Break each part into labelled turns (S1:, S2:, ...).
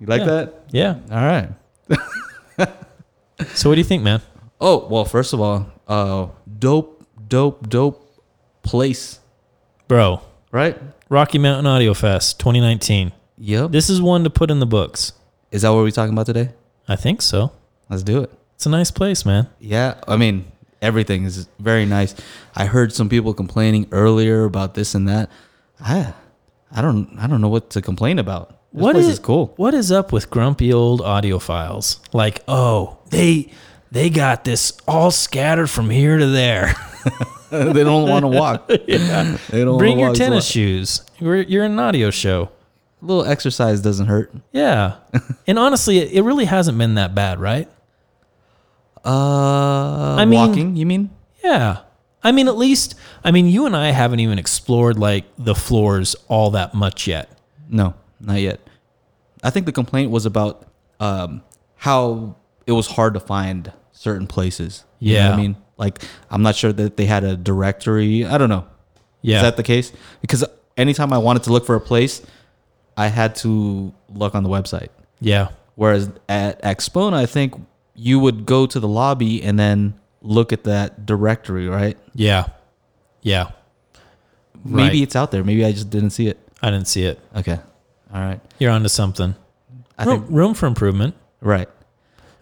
S1: You like
S2: Yeah.
S1: that?
S2: Yeah.
S1: All right.
S2: So what do you think, man?
S1: Oh well, first of all, uh, dope, dope, dope place,
S2: Bro,
S1: right?
S2: Rocky Mountain Audio Fest 2019.
S1: Yep.
S2: This is one to put in the books.
S1: Is that what we're talking about today?
S2: I think so.
S1: Let's do it.
S2: It's a nice place, man.
S1: Yeah, I mean everything is very nice. I heard some people complaining earlier about this and that. I, I don't, I don't know what to complain about. This
S2: What
S1: place is cool?
S2: What is up with grumpy old audiophiles? Like, oh, they they got this all scattered from here to there.
S1: they don't want to walk. They don't
S2: Bring
S1: wanna
S2: your
S1: walk.
S2: tennis shoes. You're, you're in an audio show.
S1: A little exercise doesn't hurt.
S2: Yeah. and honestly, it, it really hasn't been that bad, right?
S1: Uh,
S2: mean-
S1: walking. You mean?
S2: Yeah. I mean, at least, I mean, you and I haven't even explored like the floors all that much yet.
S1: No, not yet. I think the complaint was about um, how it was hard to find certain places. You know what
S2: Yeah.
S1: I mean, like I'm not sure that they had a directory. I don't know.
S2: Yeah.
S1: Is that the case? Because anytime I wanted to look for a place, I had to look on the website.
S2: yeah.
S1: Whereas at Expona, I think you would go to the lobby and then look at that directory, right?
S2: Yeah. Yeah.
S1: Maybe
S2: Right.
S1: it's out there. Maybe I just didn't see it.
S2: I didn't see it.
S1: Okay. All right.
S2: You're onto something.
S1: I
S2: room,
S1: think
S2: room for improvement.
S1: right.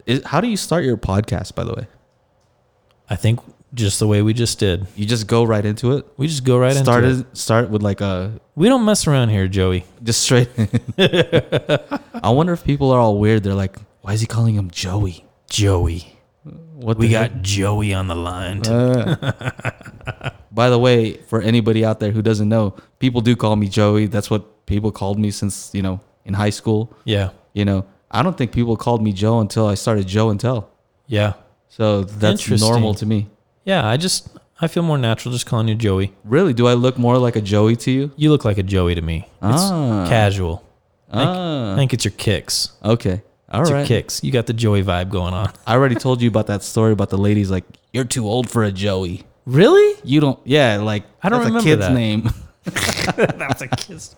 S1: Is, how do you start your podcast by the way?
S2: I think just the way we just did.
S1: You just go right into it.
S2: We just go right
S1: Started
S2: into it.
S1: start with like a
S2: We don't mess around here, Joey.
S1: just straight. I wonder if people are all weird. They're like, why is he calling him Joey? Uh,
S2: Joey.
S1: What
S2: We
S1: the heck?
S2: got Joey on the line.
S1: By the way, for anybody out there who doesn't know, people do call me Joey. That's what people called me since, you know, in high school.
S2: yeah.
S1: You know, I don't think people called me Joe until I started Joe and Tell.
S2: Yeah.
S1: So that's
S2: Interesting.
S1: normal to me.
S2: Yeah. I just, I feel more natural just calling you Joey.
S1: Really? Do I look more like a Joey to you?
S2: You look like a Joey to me. It's
S1: Ah.
S2: casual. I
S1: Ah,
S2: think it's your kicks.
S1: okay. All
S2: It's your
S1: right.
S2: kicks. You got the Joey vibe going on.
S1: I already told you about that story about the ladies like, you're too old for a Joey.
S2: Really?
S1: You don't, yeah, like,
S2: I don't
S1: that's
S2: remember
S1: a kid's
S2: that.
S1: name.
S2: That's a kiss.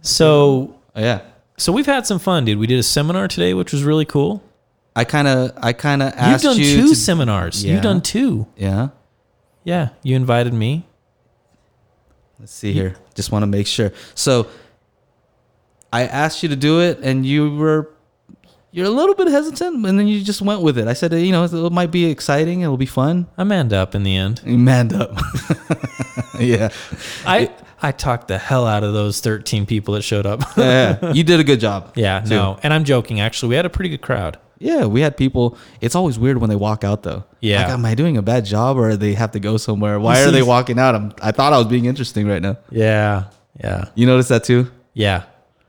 S2: So,
S1: yeah.
S2: so we've had some fun, dude. We did a seminar today, which was really cool.
S1: I kind of, I kind of asked
S2: You've done
S1: you
S2: two
S1: to-
S2: seminars.
S1: Yeah.
S2: You've done two.
S1: yeah.
S2: Yeah, you invited me.
S1: Let's see here. Just want to make sure. So I asked you to do it and you were you're a little bit hesitant and then you just went with it. I said, you know, it might be exciting, it'll be fun.
S2: I manned up in the end.
S1: You manned up. yeah.
S2: I I talked the hell out of those thirteen people that showed up.
S1: Yeah. You did a good job.
S2: yeah,
S1: too.
S2: no, and I'm joking. Actually, we had a pretty good crowd.
S1: Yeah, we had people. It's always weird when they walk out though.
S2: Yeah.
S1: Like, am I doing a bad job or they have to go somewhere? Why are they walking out? I'm, I thought I was being interesting right now.
S2: Yeah, yeah,
S1: You notice that too?
S2: yeah.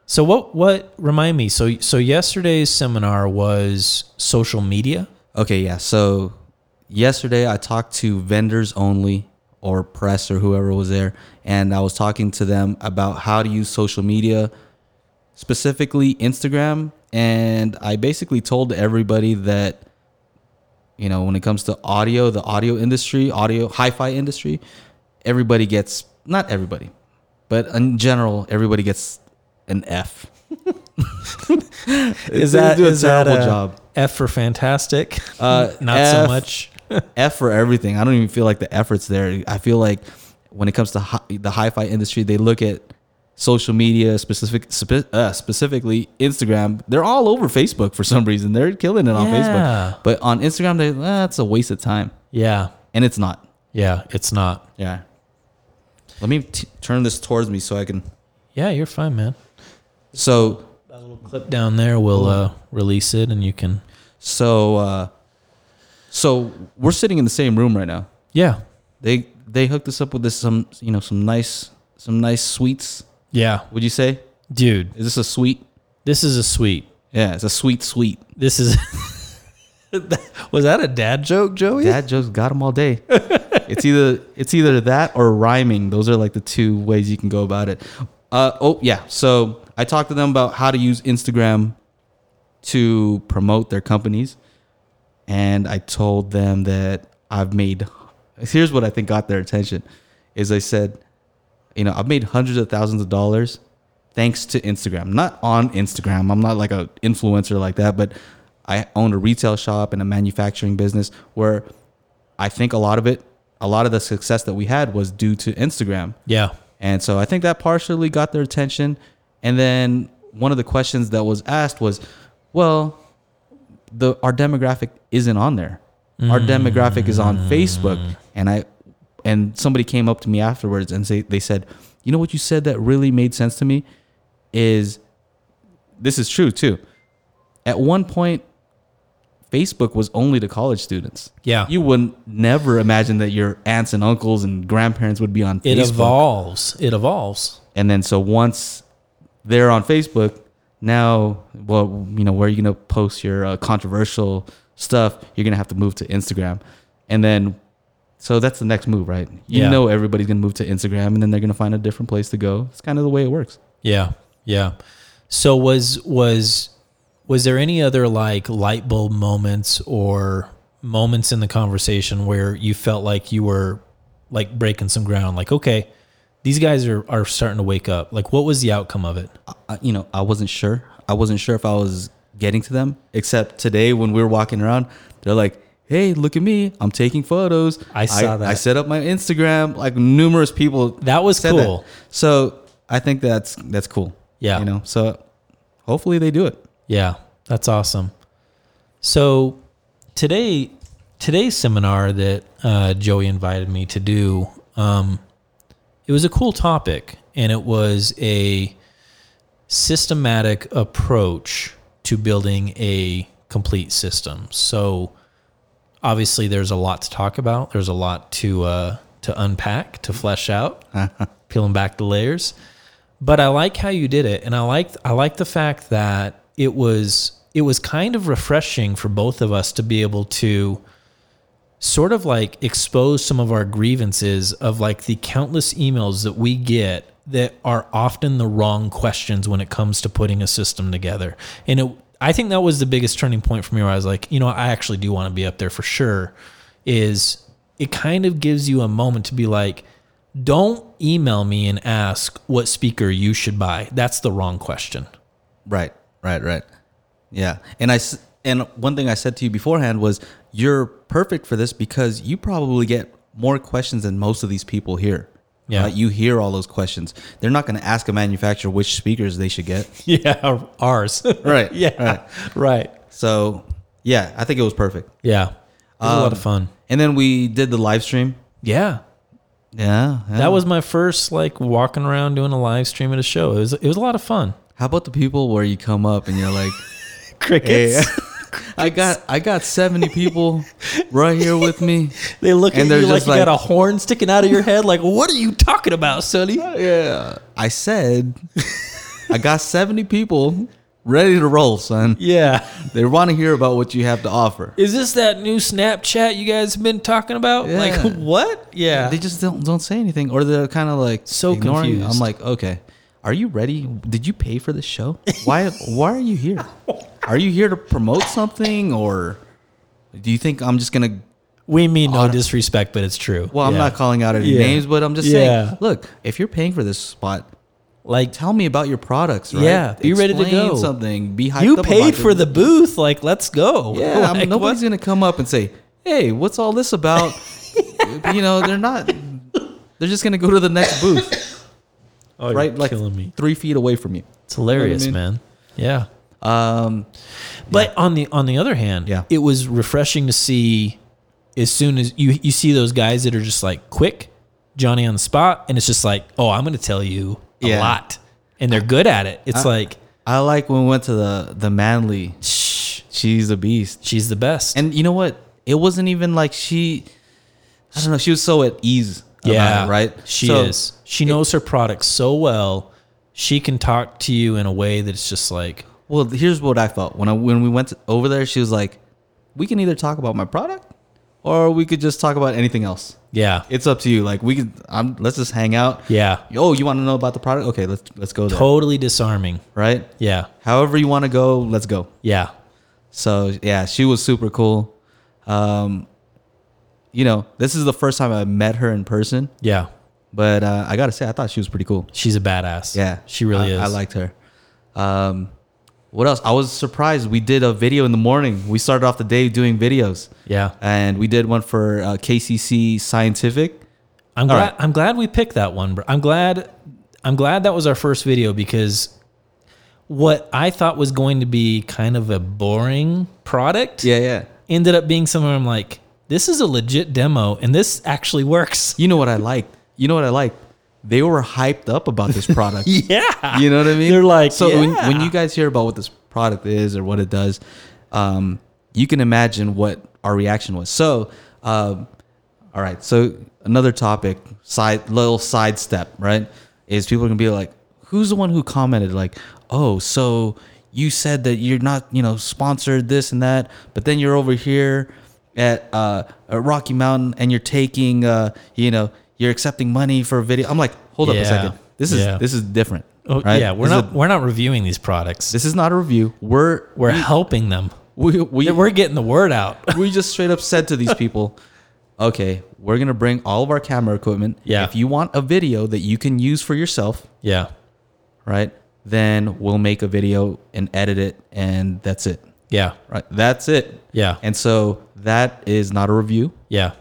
S2: So what? What? Remind me. So so yesterday's seminar was social media.
S1: Okay, yeah. So yesterday I talked to vendors only or press or whoever was there, and I was talking to them about how to use social media, specifically Instagram. And I basically told everybody that, you know, when it comes to audio, the audio industry, audio hi fi industry, everybody gets, not everybody, but in general, everybody gets an F.
S2: Is
S1: They
S2: that
S1: do a
S2: is that
S1: terrible
S2: a
S1: job.
S2: F for fantastic.
S1: Uh,
S2: Not
S1: F-
S2: so much.
S1: F for everything. I don't even feel like the effort's there. I feel like when it comes to hi- the hi-fi industry, they look at social media specific spe- uh, specifically Instagram. They're all over Facebook for some reason. They're killing it on
S2: Yeah.
S1: Facebook, but on Instagram, they that's a waste of time,
S2: Yeah,
S1: and it's not.
S2: yeah. It's not.
S1: Yeah. Let me t- turn this towards me so I can.
S2: Yeah, you're fine, man.
S1: So
S2: Clip down there. We'll uh, release it, and you can.
S1: so uh, so we're sitting in the same room right now.
S2: Yeah,
S1: They they hooked us up with this some you know some nice some nice sweets.
S2: yeah,
S1: Would you say?
S2: dude.
S1: Is this a sweet?
S2: This is a sweet.
S1: Yeah, it's a sweet, sweet.
S2: This is. was that a dad joke, Joey?
S1: Dad jokes got them all day. it's either it's either that or rhyming. Those are like the two ways you can go about it. Uh, oh yeah, so I talked to them about how to use Instagram to promote their companies, and I told them that I've made. Here's what I think got their attention, is I said, you know, I've made hundreds of thousands of dollars thanks to Instagram. Not on Instagram. I'm not like a influencer like that, but I own a retail shop and a manufacturing business where I think a lot of it, a lot of the success that we had was due to Instagram.
S2: Yeah.
S1: And so I think that partially got their attention. And then one of the questions that was asked was, well, the our demographic isn't on there. Our demographic is on Facebook. And I and somebody came up to me afterwards and say they said, "You know what you said that really made sense to me is this is true too. At one point Facebook was only to college students.
S2: Yeah.
S1: You would never imagine that your aunts and uncles and grandparents would be on
S2: It
S1: Facebook.
S2: evolves. It evolves.
S1: And then so once they're on Facebook, now well, you know, where you gonna post your uh, controversial stuff? You're gonna have to move to Instagram, and then so that's the next move, right? You
S2: Yeah.
S1: know, everybody's gonna move to Instagram, and then they're gonna find a different place to go. It's kind of the way it works.
S2: Yeah. Yeah. So was was was there any other like light bulb moments or moments in the conversation where you felt like you were like breaking some ground like okay these guys are are starting to wake up like what was the outcome of it
S1: I, you know, I wasn't sure. I wasn't sure if I was getting to them. Except today when we were walking around, they're like, "Hey, look at me! I'm taking photos.
S2: I saw that.
S1: I set up my Instagram. Like numerous people.
S2: That was
S1: said that.
S2: cool.
S1: So I think that's that's cool.
S2: Yeah.
S1: you know. So hopefully they do it.
S2: Yeah, that's awesome. So today, today's seminar that uh, Joey invited me to do, um, it was a cool topic, and it was a systematic approach to building a complete system. So obviously, there's a lot to talk about. There's a lot to uh, to unpack, to flesh out, peeling back the layers but I like how you did it, and I like I like the fact that it was it was kind of refreshing for both of us to be able to sort of like expose some of our grievances of like the countless emails that we get that are often the wrong questions when it comes to putting a system together. And it, I think that was the biggest turning point for me where I was like, you know, I actually do want to be up there for sure is it kind of gives you a moment to be like, don't email me and ask what speaker you should buy. That's the wrong question.
S1: Right, right, right. Yeah, and I s- and one thing I said to you beforehand was you're perfect for this because you probably get more questions than most of these people here.
S2: Yeah.
S1: you hear all those questions. They're not going to ask a manufacturer which speakers they should get.
S2: Yeah, ours.
S1: Right.
S2: yeah. Right.
S1: So, yeah, I think it was perfect.
S2: Yeah. It was a lot of fun.
S1: And then we did the live stream.
S2: Yeah.
S1: Yeah, yeah.
S2: That was my first like walking around doing a live stream at a show. It was it was a lot of fun.
S1: How about the people where you come up and you're like, "Hey,
S2: Crickets.
S1: Eh. I got I got 70 people right here with me."
S2: They look
S1: And
S2: at
S1: they're
S2: you like
S1: just
S2: you got
S1: like-
S2: a horn sticking out of your head. Like, what are you talking about, Sonny?
S1: Yeah. I said I got 70 people ready to roll, son.
S2: Yeah.
S1: They want to hear about what you have to offer.
S2: Is this that new Snapchat you guys have been talking about?
S1: Yeah.
S2: Like what? Yeah.
S1: They just don't don't say anything or they're kind of like
S2: So
S1: ignoring.
S2: confused.
S1: I'm like, "Okay. Are you ready? Did you pay for the show? Why why are you here? Are you here to promote something or do you think I'm just going to
S2: we mean no disrespect, but it's true.
S1: Well, I'm
S2: Yeah.
S1: not calling out any
S2: Yeah.
S1: names, but I'm just
S2: Yeah.
S1: saying, look, if you're paying for this spot,
S2: like
S1: tell me about your products, right?
S2: Yeah, be ready to
S1: Explain
S2: go.
S1: something. Be hyped
S2: you
S1: up about
S2: paid for
S1: it.
S2: the booth. Like, let's go.
S1: Yeah, I mean,
S2: Like,
S1: nobody's
S2: what?
S1: gonna come up and say, "Hey, what's all this about?" you know, they're not. They're just gonna go to the next booth,
S2: Oh, you're
S1: right? Like
S2: killing me.
S1: three feet away from you.
S2: It's hilarious,
S1: mean?
S2: man. Yeah.
S1: Um,
S2: But on the on the other hand,
S1: Yeah.
S2: it was refreshing to see as soon as you you see those guys that are just like quick, Johnny on the spot, and it's just like, oh, I'm going to tell you a
S1: Yeah.
S2: lot, and they're good at it. It's like,
S1: I like when we went to the the Manly.
S2: shh,
S1: She's a beast,
S2: she's the best.
S1: and you know what? It wasn't even like she. I don't know. She was so at ease.
S2: yeah,
S1: about it, right.
S2: She
S1: So-
S2: is. She knows her product so well. She can talk to you in a way that's just like,
S1: Well, here's what I felt when I when we went to- over there. She was like, "We can either talk about my product, or we could just talk about anything else.
S2: yeah,
S1: It's up to you. Like we could, I'm, let's just hang out.
S2: yeah,
S1: Oh, you want to know about the product? Okay, let's let's go there.
S2: totally disarming.
S1: right.
S2: Yeah,
S1: However you want to go, let's go.
S2: yeah,
S1: So yeah, she was super cool. Um, you know, this is the first time I met her in person,
S2: yeah.
S1: But uh, I gotta say, I thought she was pretty cool.
S2: She's a badass.
S1: Yeah,
S2: She really
S1: I-
S2: is.
S1: I liked her. Um, what else? I was surprised. We did a video in the morning. We started off the day doing videos,
S2: Yeah.
S1: and we did one for uh, KCC Scientific.
S2: I'm glad
S1: right.
S2: I'm glad we picked that one, bro. I'm glad I'm glad that was our first video because what I thought was going to be kind of a boring product
S1: Yeah, yeah.
S2: ended up being somewhere I'm like, this is a legit demo and this actually works.
S1: You know what I liked? You know what I liked? They were hyped up about this product.
S2: Yeah.
S1: You know what I mean?
S2: They're like,
S1: so when,
S2: yeah.
S1: when you guys hear about what this product is or what it does, um, you can imagine what our reaction was. So, um, all right. So another topic, side little sidestep, right? Is people can be like, who's the one who commented like, oh, so you said that you're not, you know, sponsored this and that, but then you're over here at, uh, at Rocky Mountain and you're taking, uh, you know, you're accepting money for a video. I'm like, hold up a
S2: Yeah.
S1: second. This is
S2: Yeah.
S1: this is different.
S2: Oh,
S1: right?
S2: Yeah, we're
S1: This is
S2: not we're not reviewing these products.
S1: this is not a review. We're
S2: we're helping them.
S1: we we,
S2: We're getting the word out.
S1: we just straight up said to these people, okay, we're gonna bring all of our camera equipment.
S2: Yeah.
S1: If you want a video that you can use for yourself,
S2: yeah.
S1: right, then we'll make a video and edit it, and that's it.
S2: Yeah.
S1: Right. That's it.
S2: Yeah.
S1: And so that is not a review,
S2: Yeah.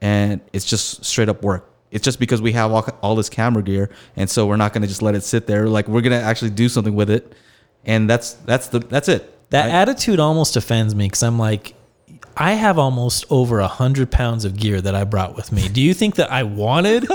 S1: and it's just straight up work. It's just because we have all, all this camera gear, and so we're not gonna just let it sit there. Like we're gonna actually do something with it, and that's that's the that's it.
S2: That attitude almost offends me because I'm like, I have almost over a hundred pounds of gear that I brought with me. Do you think that I wanted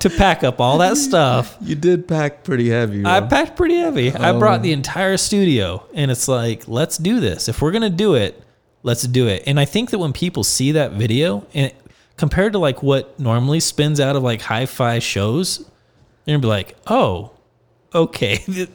S2: to pack up all that stuff?
S1: You did pack pretty heavy.
S2: I
S1: bro.
S2: packed pretty heavy. I brought the entire studio, and it's like, let's do this. If we're gonna do it, let's do it. And I think that when people see that video, and compared to like what normally spins out of like hi-fi shows, they're gonna be like, oh, okay,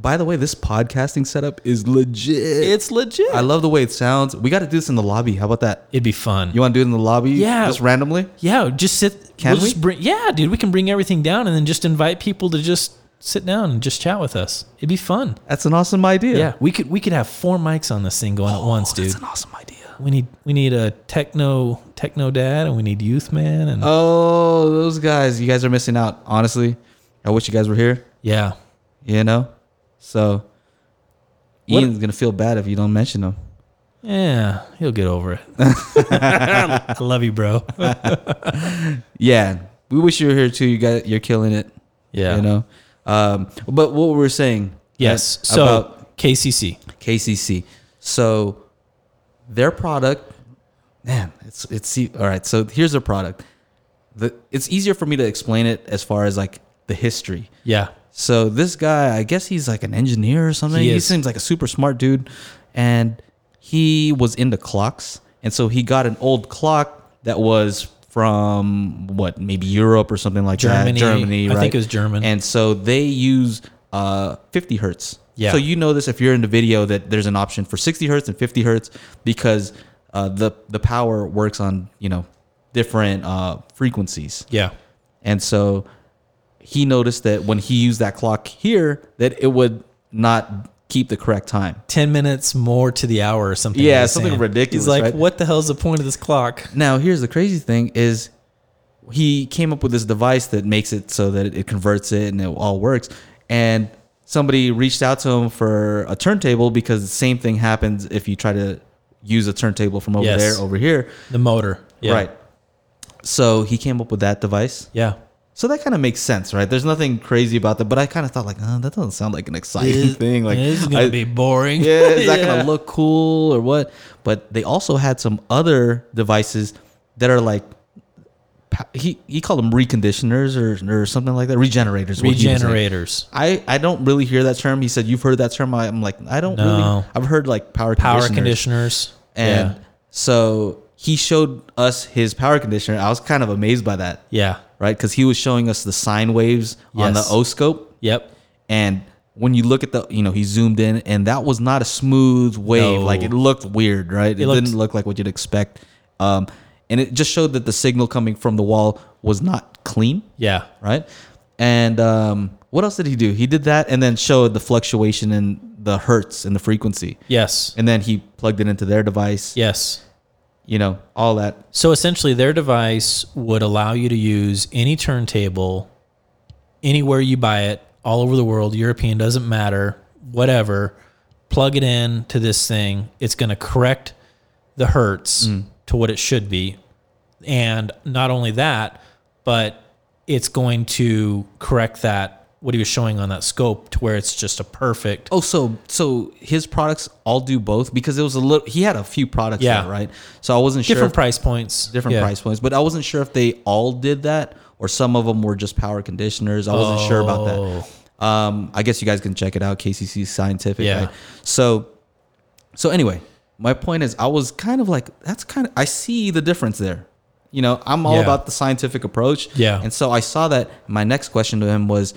S1: By the way, this podcasting setup is legit.
S2: it's legit.
S1: I love the way it sounds. We got to do this in the lobby. How about that?
S2: It'd be fun.
S1: You want to do it in the lobby?
S2: Yeah.
S1: Just randomly?
S2: Yeah, just sit.
S1: Can
S2: we'll
S1: we?
S2: Just bring, yeah, dude, we can bring everything down and then just invite people to just sit down and just chat with us. It'd be fun.
S1: That's an awesome idea. Oh,
S2: Yeah, we could we could have four mics on this thing going at once, dude.
S1: That's an awesome idea.
S2: We need we need a techno techno dad and we need youth man and
S1: Oh, those guys. You guys are missing out. Honestly, I wish you guys were here,
S2: yeah.
S1: you know? So,
S2: What-
S1: Ian's going to feel bad if you don't mention them.
S2: Yeah, he'll get over it. I love you, bro.
S1: Yeah. We wish you were here too. You guys, you're killing it.
S2: Yeah.
S1: You know? Um, but what we were saying.
S2: Yes.
S1: uh,
S2: So KCC.
S1: KCC. So their product, man, it's it's e, all right. So here's their product. The it's easier for me to explain it as far as like the history.
S2: Yeah.
S1: So this guy, I guess he's like an engineer or something.
S2: He
S1: He,
S2: is.
S1: seems like a super smart dude, and he was into clocks, and so he got an old clock that was from what maybe Europe or something like
S2: Germany.
S1: that. Germany,
S2: I
S1: right?
S2: think it was German.
S1: And so they use uh, 50 hertz.
S2: Yeah.
S1: So you know this if you're in the video that there's an option for 60 hertz and 50 hertz because uh, the the power works on you know different uh, frequencies.
S2: Yeah.
S1: And so he noticed that when he used that clock here, that it would not keep the correct time.
S2: Ten minutes more to the hour or something.
S1: Yeah,
S2: he was
S1: something
S2: saying.
S1: ridiculous,
S2: He's like,
S1: right?
S2: what the hell's the point of this clock?
S1: Now, here's the crazy thing is he came up with this device that makes it so that it converts it and it all works. And somebody reached out to him for a turntable because the same thing happens if you try to use a turntable from over
S2: Yes.
S1: there over here.
S2: The motor. Yeah.
S1: Right. So he came up with that device.
S2: Yeah.
S1: So that kind of makes sense, right? There's nothing crazy about that, but I kind of thought like, oh, that doesn't sound like an exciting thing. Like,
S2: this is gonna
S1: I-
S2: be boring.
S1: yeah, is that gonna look cool or what? But they also had some other devices that are like pa- he he called them reconditioners or or something like that, regenerators. what he was saying.
S2: regenerators,
S1: I, I don't really hear that term. He said you've heard that term. I, I'm like I don't
S2: No.
S1: really. I've heard like power
S2: power
S1: conditioners.
S2: conditioners,
S1: and so he showed us his power conditioner. I was kind of amazed by that
S2: yeah,
S1: right? Because he was showing us the sine waves on the
S2: Yes.
S1: O scope,
S2: yeah, yep,
S1: and when you look at the, you know, he zoomed in, and that was not a smooth wave.
S2: No.
S1: Like it looked weird, right? It,
S2: looked-
S1: didn't look like what you'd expect, um, and it just showed that the signal coming from the wall was not clean,
S2: yeah,
S1: right? And um, what else did he do? He did that, and then showed the fluctuation in the hertz and the frequency,
S2: yes,
S1: and then he plugged it into their device,
S2: yes,
S1: you know, all that.
S2: So essentially, their device would allow you to use any turntable anywhere you buy it, all over the world, European, doesn't matter, whatever. Plug it in to this thing. It's going to correct the hertz
S1: Mm.
S2: to what it should be. And not only that, but it's going to correct that, what he was showing on that scope, to where it's just a perfect.
S1: Oh, so so his products all do both because it was a little. He had a few products,
S2: Yeah.
S1: there, right? So I wasn't sure.
S2: Different
S1: if-
S2: price points.
S1: different
S2: Yeah.
S1: price points, but I wasn't sure if they all did that or some of them were just power conditioners. I wasn't sure about
S2: Oh.
S1: that. Um, I guess you guys can check it out, KCC Scientific.
S2: Yeah.
S1: right? So, so anyway, my point is, I was kind of like, that's kind of I see the difference there. You know, I'm all
S2: Yeah.
S1: about the scientific approach.
S2: Yeah.
S1: And so I saw that. My next question to him was,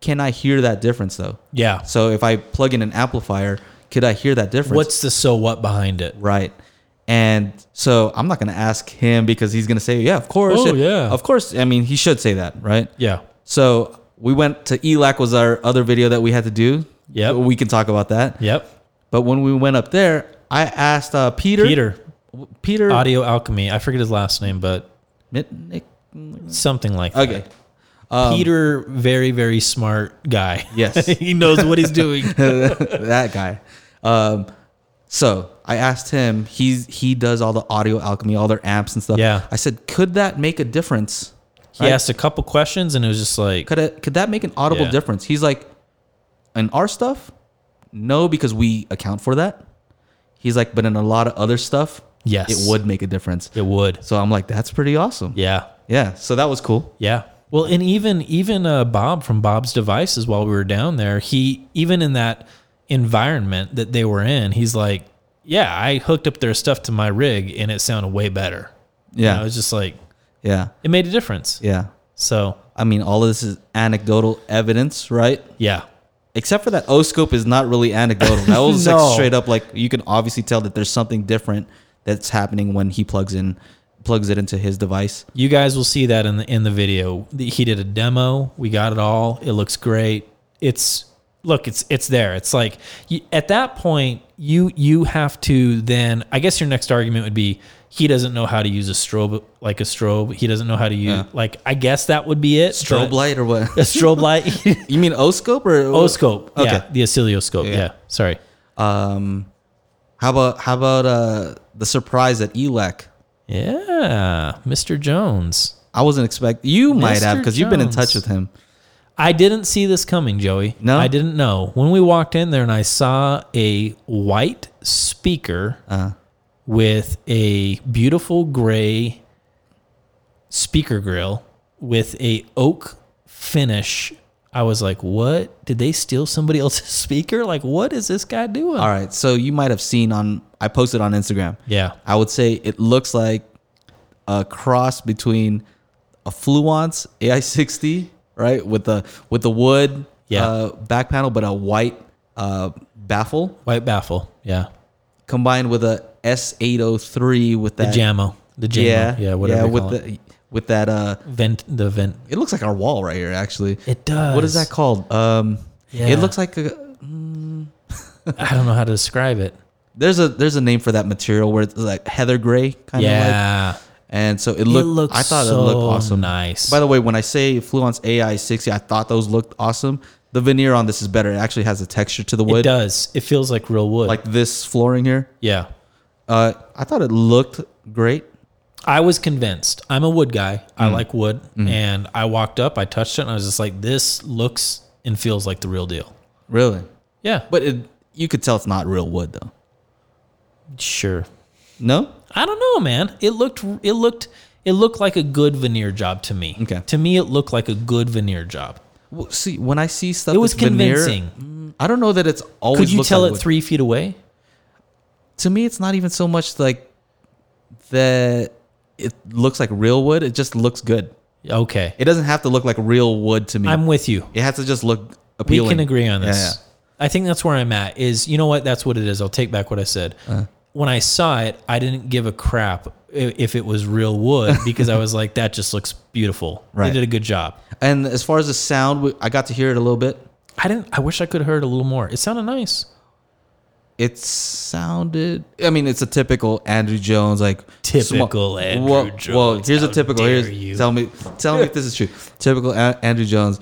S1: can I hear that difference though?
S2: Yeah.
S1: So if I plug in an amplifier, could I hear that difference?
S2: What's the so what behind it?
S1: Right. And so I'm not going to ask him because he's going to say, yeah, of course.
S2: Oh,
S1: And
S2: yeah.
S1: Of course. I mean, he should say that, right?
S2: Yeah.
S1: So we went to E ELAC was our other video that we had to do.
S2: Yep.
S1: We can talk about that.
S2: Yep.
S1: But when we went up there, I asked uh, Peter.
S2: Peter.
S1: Peter.
S2: Audio Alchemy. I forget his last name, but
S1: Mitnick?
S2: something like that.
S1: Okay.
S2: Peter, very, very smart guy.
S1: Um, Yes.
S2: he knows what he's doing.
S1: that guy. Um, so I asked him. He's he does all the audio alchemy, all their amps and stuff.
S2: Yeah.
S1: I said, could that make a difference?
S2: He asked a couple questions and it was just like,
S1: could it, could that make an audible
S2: Yeah.
S1: difference? He's like, in our stuff, no, because we account for that. He's like, but in a lot of other stuff,
S2: Yes.
S1: it would make a difference.
S2: it would.
S1: So I'm like, that's pretty awesome.
S2: Yeah.
S1: Yeah, so that was cool.
S2: Yeah. Well, and even even uh, Bob from Bob's Devices, while we were down there, he even in that environment that they were in, he's like, "Yeah, I hooked up their stuff to my rig, and it sounded way better."
S1: Yeah.
S2: you know, it's just like
S1: Yeah,
S2: it made a difference.
S1: yeah.
S2: So
S1: I mean, all of this is anecdotal evidence, right?
S2: yeah,
S1: Except for that O scope is not really anecdotal. That was
S2: No.
S1: like straight up like you can obviously tell that there's something different that's happening when he plugs in plugs it into his device.
S2: you guys will see that in the in the video. The- He did a demo. We got it all. It looks great. It's look, it's it's there. It's like you, at that point, you you have to then. I guess your next argument would be he doesn't know how to use a strobe like a strobe. He doesn't know how to use
S1: Yeah.
S2: like I guess that would be it.
S1: Strobe
S2: but-
S1: light or what?
S2: A strobe light.
S1: you mean O scope or
S2: Oscope. Okay.
S1: Okay.
S2: Yeah, the oscilloscope. Yeah.
S1: Yeah.
S2: Sorry.
S1: Um, how about how about uh the surprise at E ELAC?
S2: Yeah, Mr. Jones.
S1: I wasn't expect you might have
S2: Mr.
S1: because you've been in touch
S2: Jones.
S1: with him.
S2: I didn't see this coming, Joey.
S1: No?
S2: I didn't know. When we walked in there and I saw a white speaker
S1: Uh,
S2: with a beautiful gray speaker grill with a oak finish, I was like, "What? Did they steal somebody else's speaker? Like what is this guy doing?"
S1: All right, so you might have seen on I posted on Instagram.
S2: Yeah.
S1: I would say it looks like a cross between a Fluence AI60, right, with the with the wood
S2: Yeah.
S1: uh, back panel, but a white uh, baffle
S2: White baffle. Yeah.
S1: combined with a S803 with that
S2: Jamo. The jamo.
S1: yeah
S2: Yeah, whatever. you
S1: with
S2: call it.
S1: the with that uh
S2: vent the vent.
S1: It looks like our wall right here, actually.
S2: It does.
S1: What is that called? Um,
S2: Yeah.
S1: It looks like a,
S2: I don't know how to describe it.
S1: there's a there's a name for that material where it's like heather gray kind of like.
S2: Yeah.
S1: And so it looked.
S2: looks
S1: I thought
S2: so
S1: it looked awesome.
S2: nice.
S1: By the way, when I say Fluence AI 60, I thought those looked awesome. The veneer on this is better. It actually has a texture to the
S2: It
S1: wood,
S2: does. It feels like real wood.
S1: like this flooring here.
S2: yeah.
S1: Uh, I thought it looked great.
S2: I was convinced. I'm a wood guy.
S1: Mm.
S2: I like wood. And I walked up, I touched it, and I was just like, this looks and feels like the real deal.
S1: Really,
S2: Yeah.
S1: but it you could tell it's not real wood though.
S2: sure.
S1: No,
S2: I don't know, man. It looked it looked it looked like a good veneer job to me.
S1: Okay.
S2: To me it looked like a good veneer job.
S1: Well, see when I see stuff.
S2: It was
S1: with veneer,
S2: convincing.
S1: mm, I don't know that it's always.
S2: Could you
S1: looked
S2: tell
S1: like
S2: it
S1: wood.
S2: three feet away?
S1: to me it's not even so much like that it looks like real wood it just looks good
S2: Okay.
S1: it doesn't have to look like real wood to me
S2: I'm with you.
S1: it has to just look
S2: we
S1: appealing
S2: can agree on this.
S1: Yeah,
S2: I think that's where I'm at. Is you know what? That's what it is. I'll take back what I said.
S1: Uh-huh.
S2: when I saw it, I didn't give a crap i- if it was real wood because I was like, that just looks beautiful. They
S1: Right.
S2: did a good job.
S1: yeah. and as far as the sound we- i got to hear it a little bit
S2: I didn't. I wish I could have heard a little more. It sounded nice.
S1: it sounded. I mean, it's a typical Andrew Jones like
S2: Typical Andrew
S1: well, Well,
S2: Jones,
S1: here's a
S2: how
S1: typical.
S2: dare
S1: Here's
S2: you.
S1: tell me tell me if this is true. Typical a- Andrew Jones,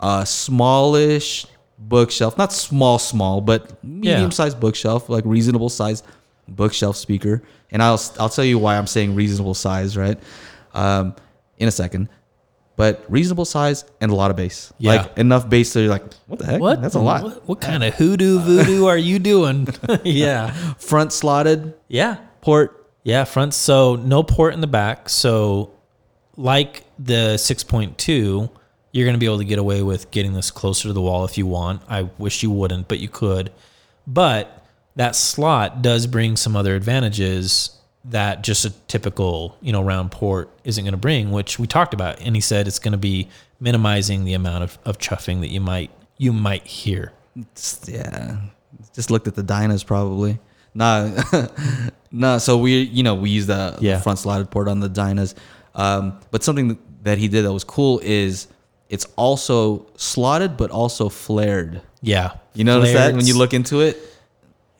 S1: uh, smallish bookshelf, not small small, but medium sized bookshelf, like reasonable size bookshelf speaker. And I'll I'll tell you why I'm saying reasonable size, right? Um, in a second. But reasonable size and a lot of bass.
S2: Yeah.
S1: Like enough bass that you're like, what the heck?
S2: What?
S1: That's a lot.
S2: What, what kind of hoodoo voodoo are you doing? yeah.
S1: Front slotted
S2: Yeah.
S1: port.
S2: Yeah. Front. So no port in the back. So, like the 6.2, you're going to be able to get away with getting this closer to the wall if you want. I wish you wouldn't, but you could. But that slot does bring some other advantages that just a typical, you know, round port isn't going to bring, which we talked about. And he said it's going to be minimizing the amount of, of chuffing that you might you might hear.
S1: It's- yeah. Just looked at the dinas probably. Nah, nah. So we, you know, we use the
S2: Yeah.
S1: front slotted port on the dinas. Um, but something that he did that was cool is it's also slotted but also flared.
S2: Yeah.
S1: You notice that when
S2: Flares.
S1: you look into it,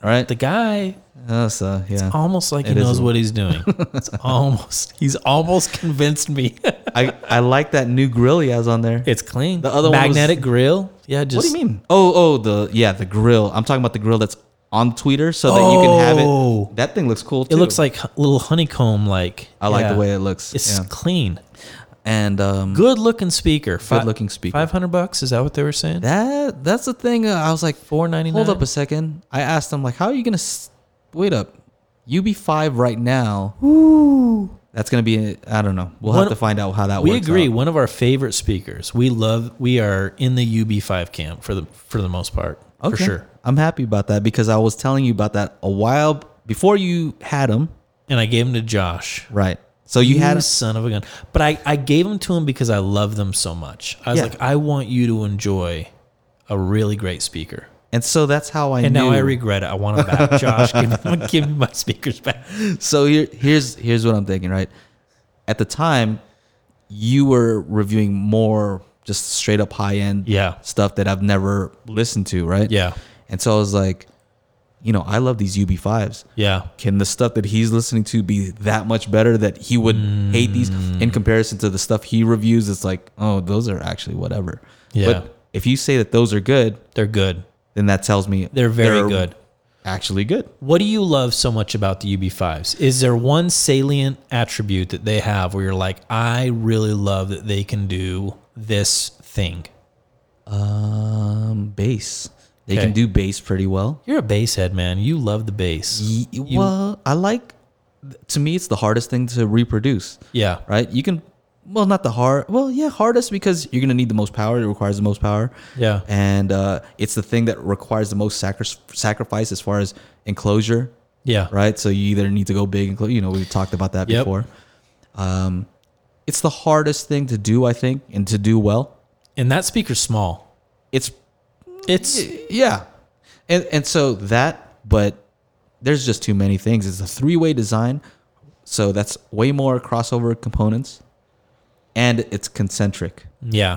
S1: all right?
S2: the guy
S1: Uh, so yeah,
S2: almost like he
S1: It is
S2: knows
S1: a-
S2: what he's doing. It's almost he's almost convinced me.
S1: I I like that new grill he has on there.
S2: it's clean.
S1: The other one was-
S2: magnetic grill. Yeah, just
S1: what do you mean? Oh, oh, the yeah, the grill. I'm talking about the grill that's on Twitter, so that you can have
S2: Oh.
S1: it. That thing looks cool.
S2: It
S1: Too.
S2: looks like a little honeycomb like.
S1: I like
S2: Yeah.
S1: the way it looks.
S2: It's
S1: yeah.
S2: clean.
S1: And um,
S2: Good looking speaker. Fi-
S1: looking speaker.
S2: 500 bucks is that what they were saying?
S1: that that's the thing. uh, I was like,
S2: 499.
S1: hold up a second. I asked him like, how are you gonna s- wait up? UB five right now. Ooh. That's gonna be. I don't know. We'll
S2: One-
S1: have to find out how that
S2: we
S1: works.
S2: agree.
S1: out.
S2: One of our favorite speakers. We love. We are in the UB5 camp for the for the most part. For
S1: Okay.
S2: sure.
S1: I'm happy about that because I was telling you about that a while b- before you had him.
S2: And I gave him to Josh.
S1: Right. So you,
S2: You
S1: had
S2: had a son of a gun. But I, I gave them to him because I love them so much. I was
S1: Yeah.
S2: like, I want you to enjoy a really great speaker.
S1: and so that's how I
S2: And
S1: knew.
S2: now I regret it. I want them back. Josh, give, me, give me my speakers back.
S1: so here, here's here's what I'm thinking. Right. At the time, you were reviewing more just straight up high end
S2: Yeah.
S1: stuff that I've never listened to. Right.
S2: Yeah.
S1: And so I was like, you know, I love these UB fives.
S2: Yeah.
S1: Can the stuff that he's listening to be that much better that he would hate these
S2: Mm.
S1: in comparison to the stuff he reviews? It's like, oh, those are actually whatever.
S2: Yeah.
S1: if you say that those are good,
S2: They're good.
S1: then that tells me
S2: They're very good.
S1: Actually good.
S2: What do you love so much about the UB5s? Is there one salient attribute that they have where you're like, I really love that they can do this thing?
S1: Um, bass. They
S2: Okay.
S1: can do bass pretty well.
S2: You're a bass head, man. You love the bass.
S1: Ye- well, I like. To me, it's the hardest thing to reproduce.
S2: yeah.
S1: right? You can, well, not the hard, well, yeah, hardest because you're gonna need the most power. It requires the most power.
S2: Yeah.
S1: and uh, it's the thing that requires the most sacri- sacrifice as far as enclosure,
S2: Yeah.
S1: right? So you either need to go big and clo- you know we talked about that
S2: Yep.
S1: before. Um, it's the hardest thing to do, I think, and to do well.
S2: And that speaker's small.
S1: It's
S2: It's
S1: yeah, and and so that, but there's just too many things. It's a three way design, so that's way more crossover components, and it's concentric.
S2: yeah,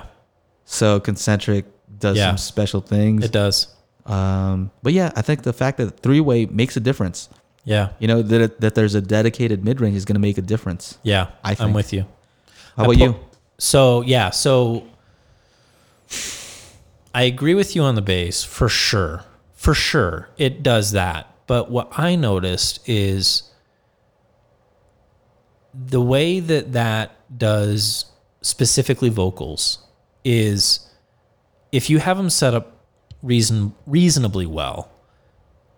S1: So concentric does
S2: Yeah.
S1: some special things.
S2: it does.
S1: Um, but yeah, I think the fact that three way makes a difference.
S2: Yeah,
S1: You know that that there's a dedicated mid range is going to make a difference.
S2: yeah.
S1: I
S2: I am
S1: think.
S2: with you.
S1: How
S2: I
S1: about
S2: pu-
S1: you?
S2: So yeah, so I agree with you on the bass for sure. For sure, it does that. But what I noticed is the way that that does specifically vocals is if you have them set up reason reasonably well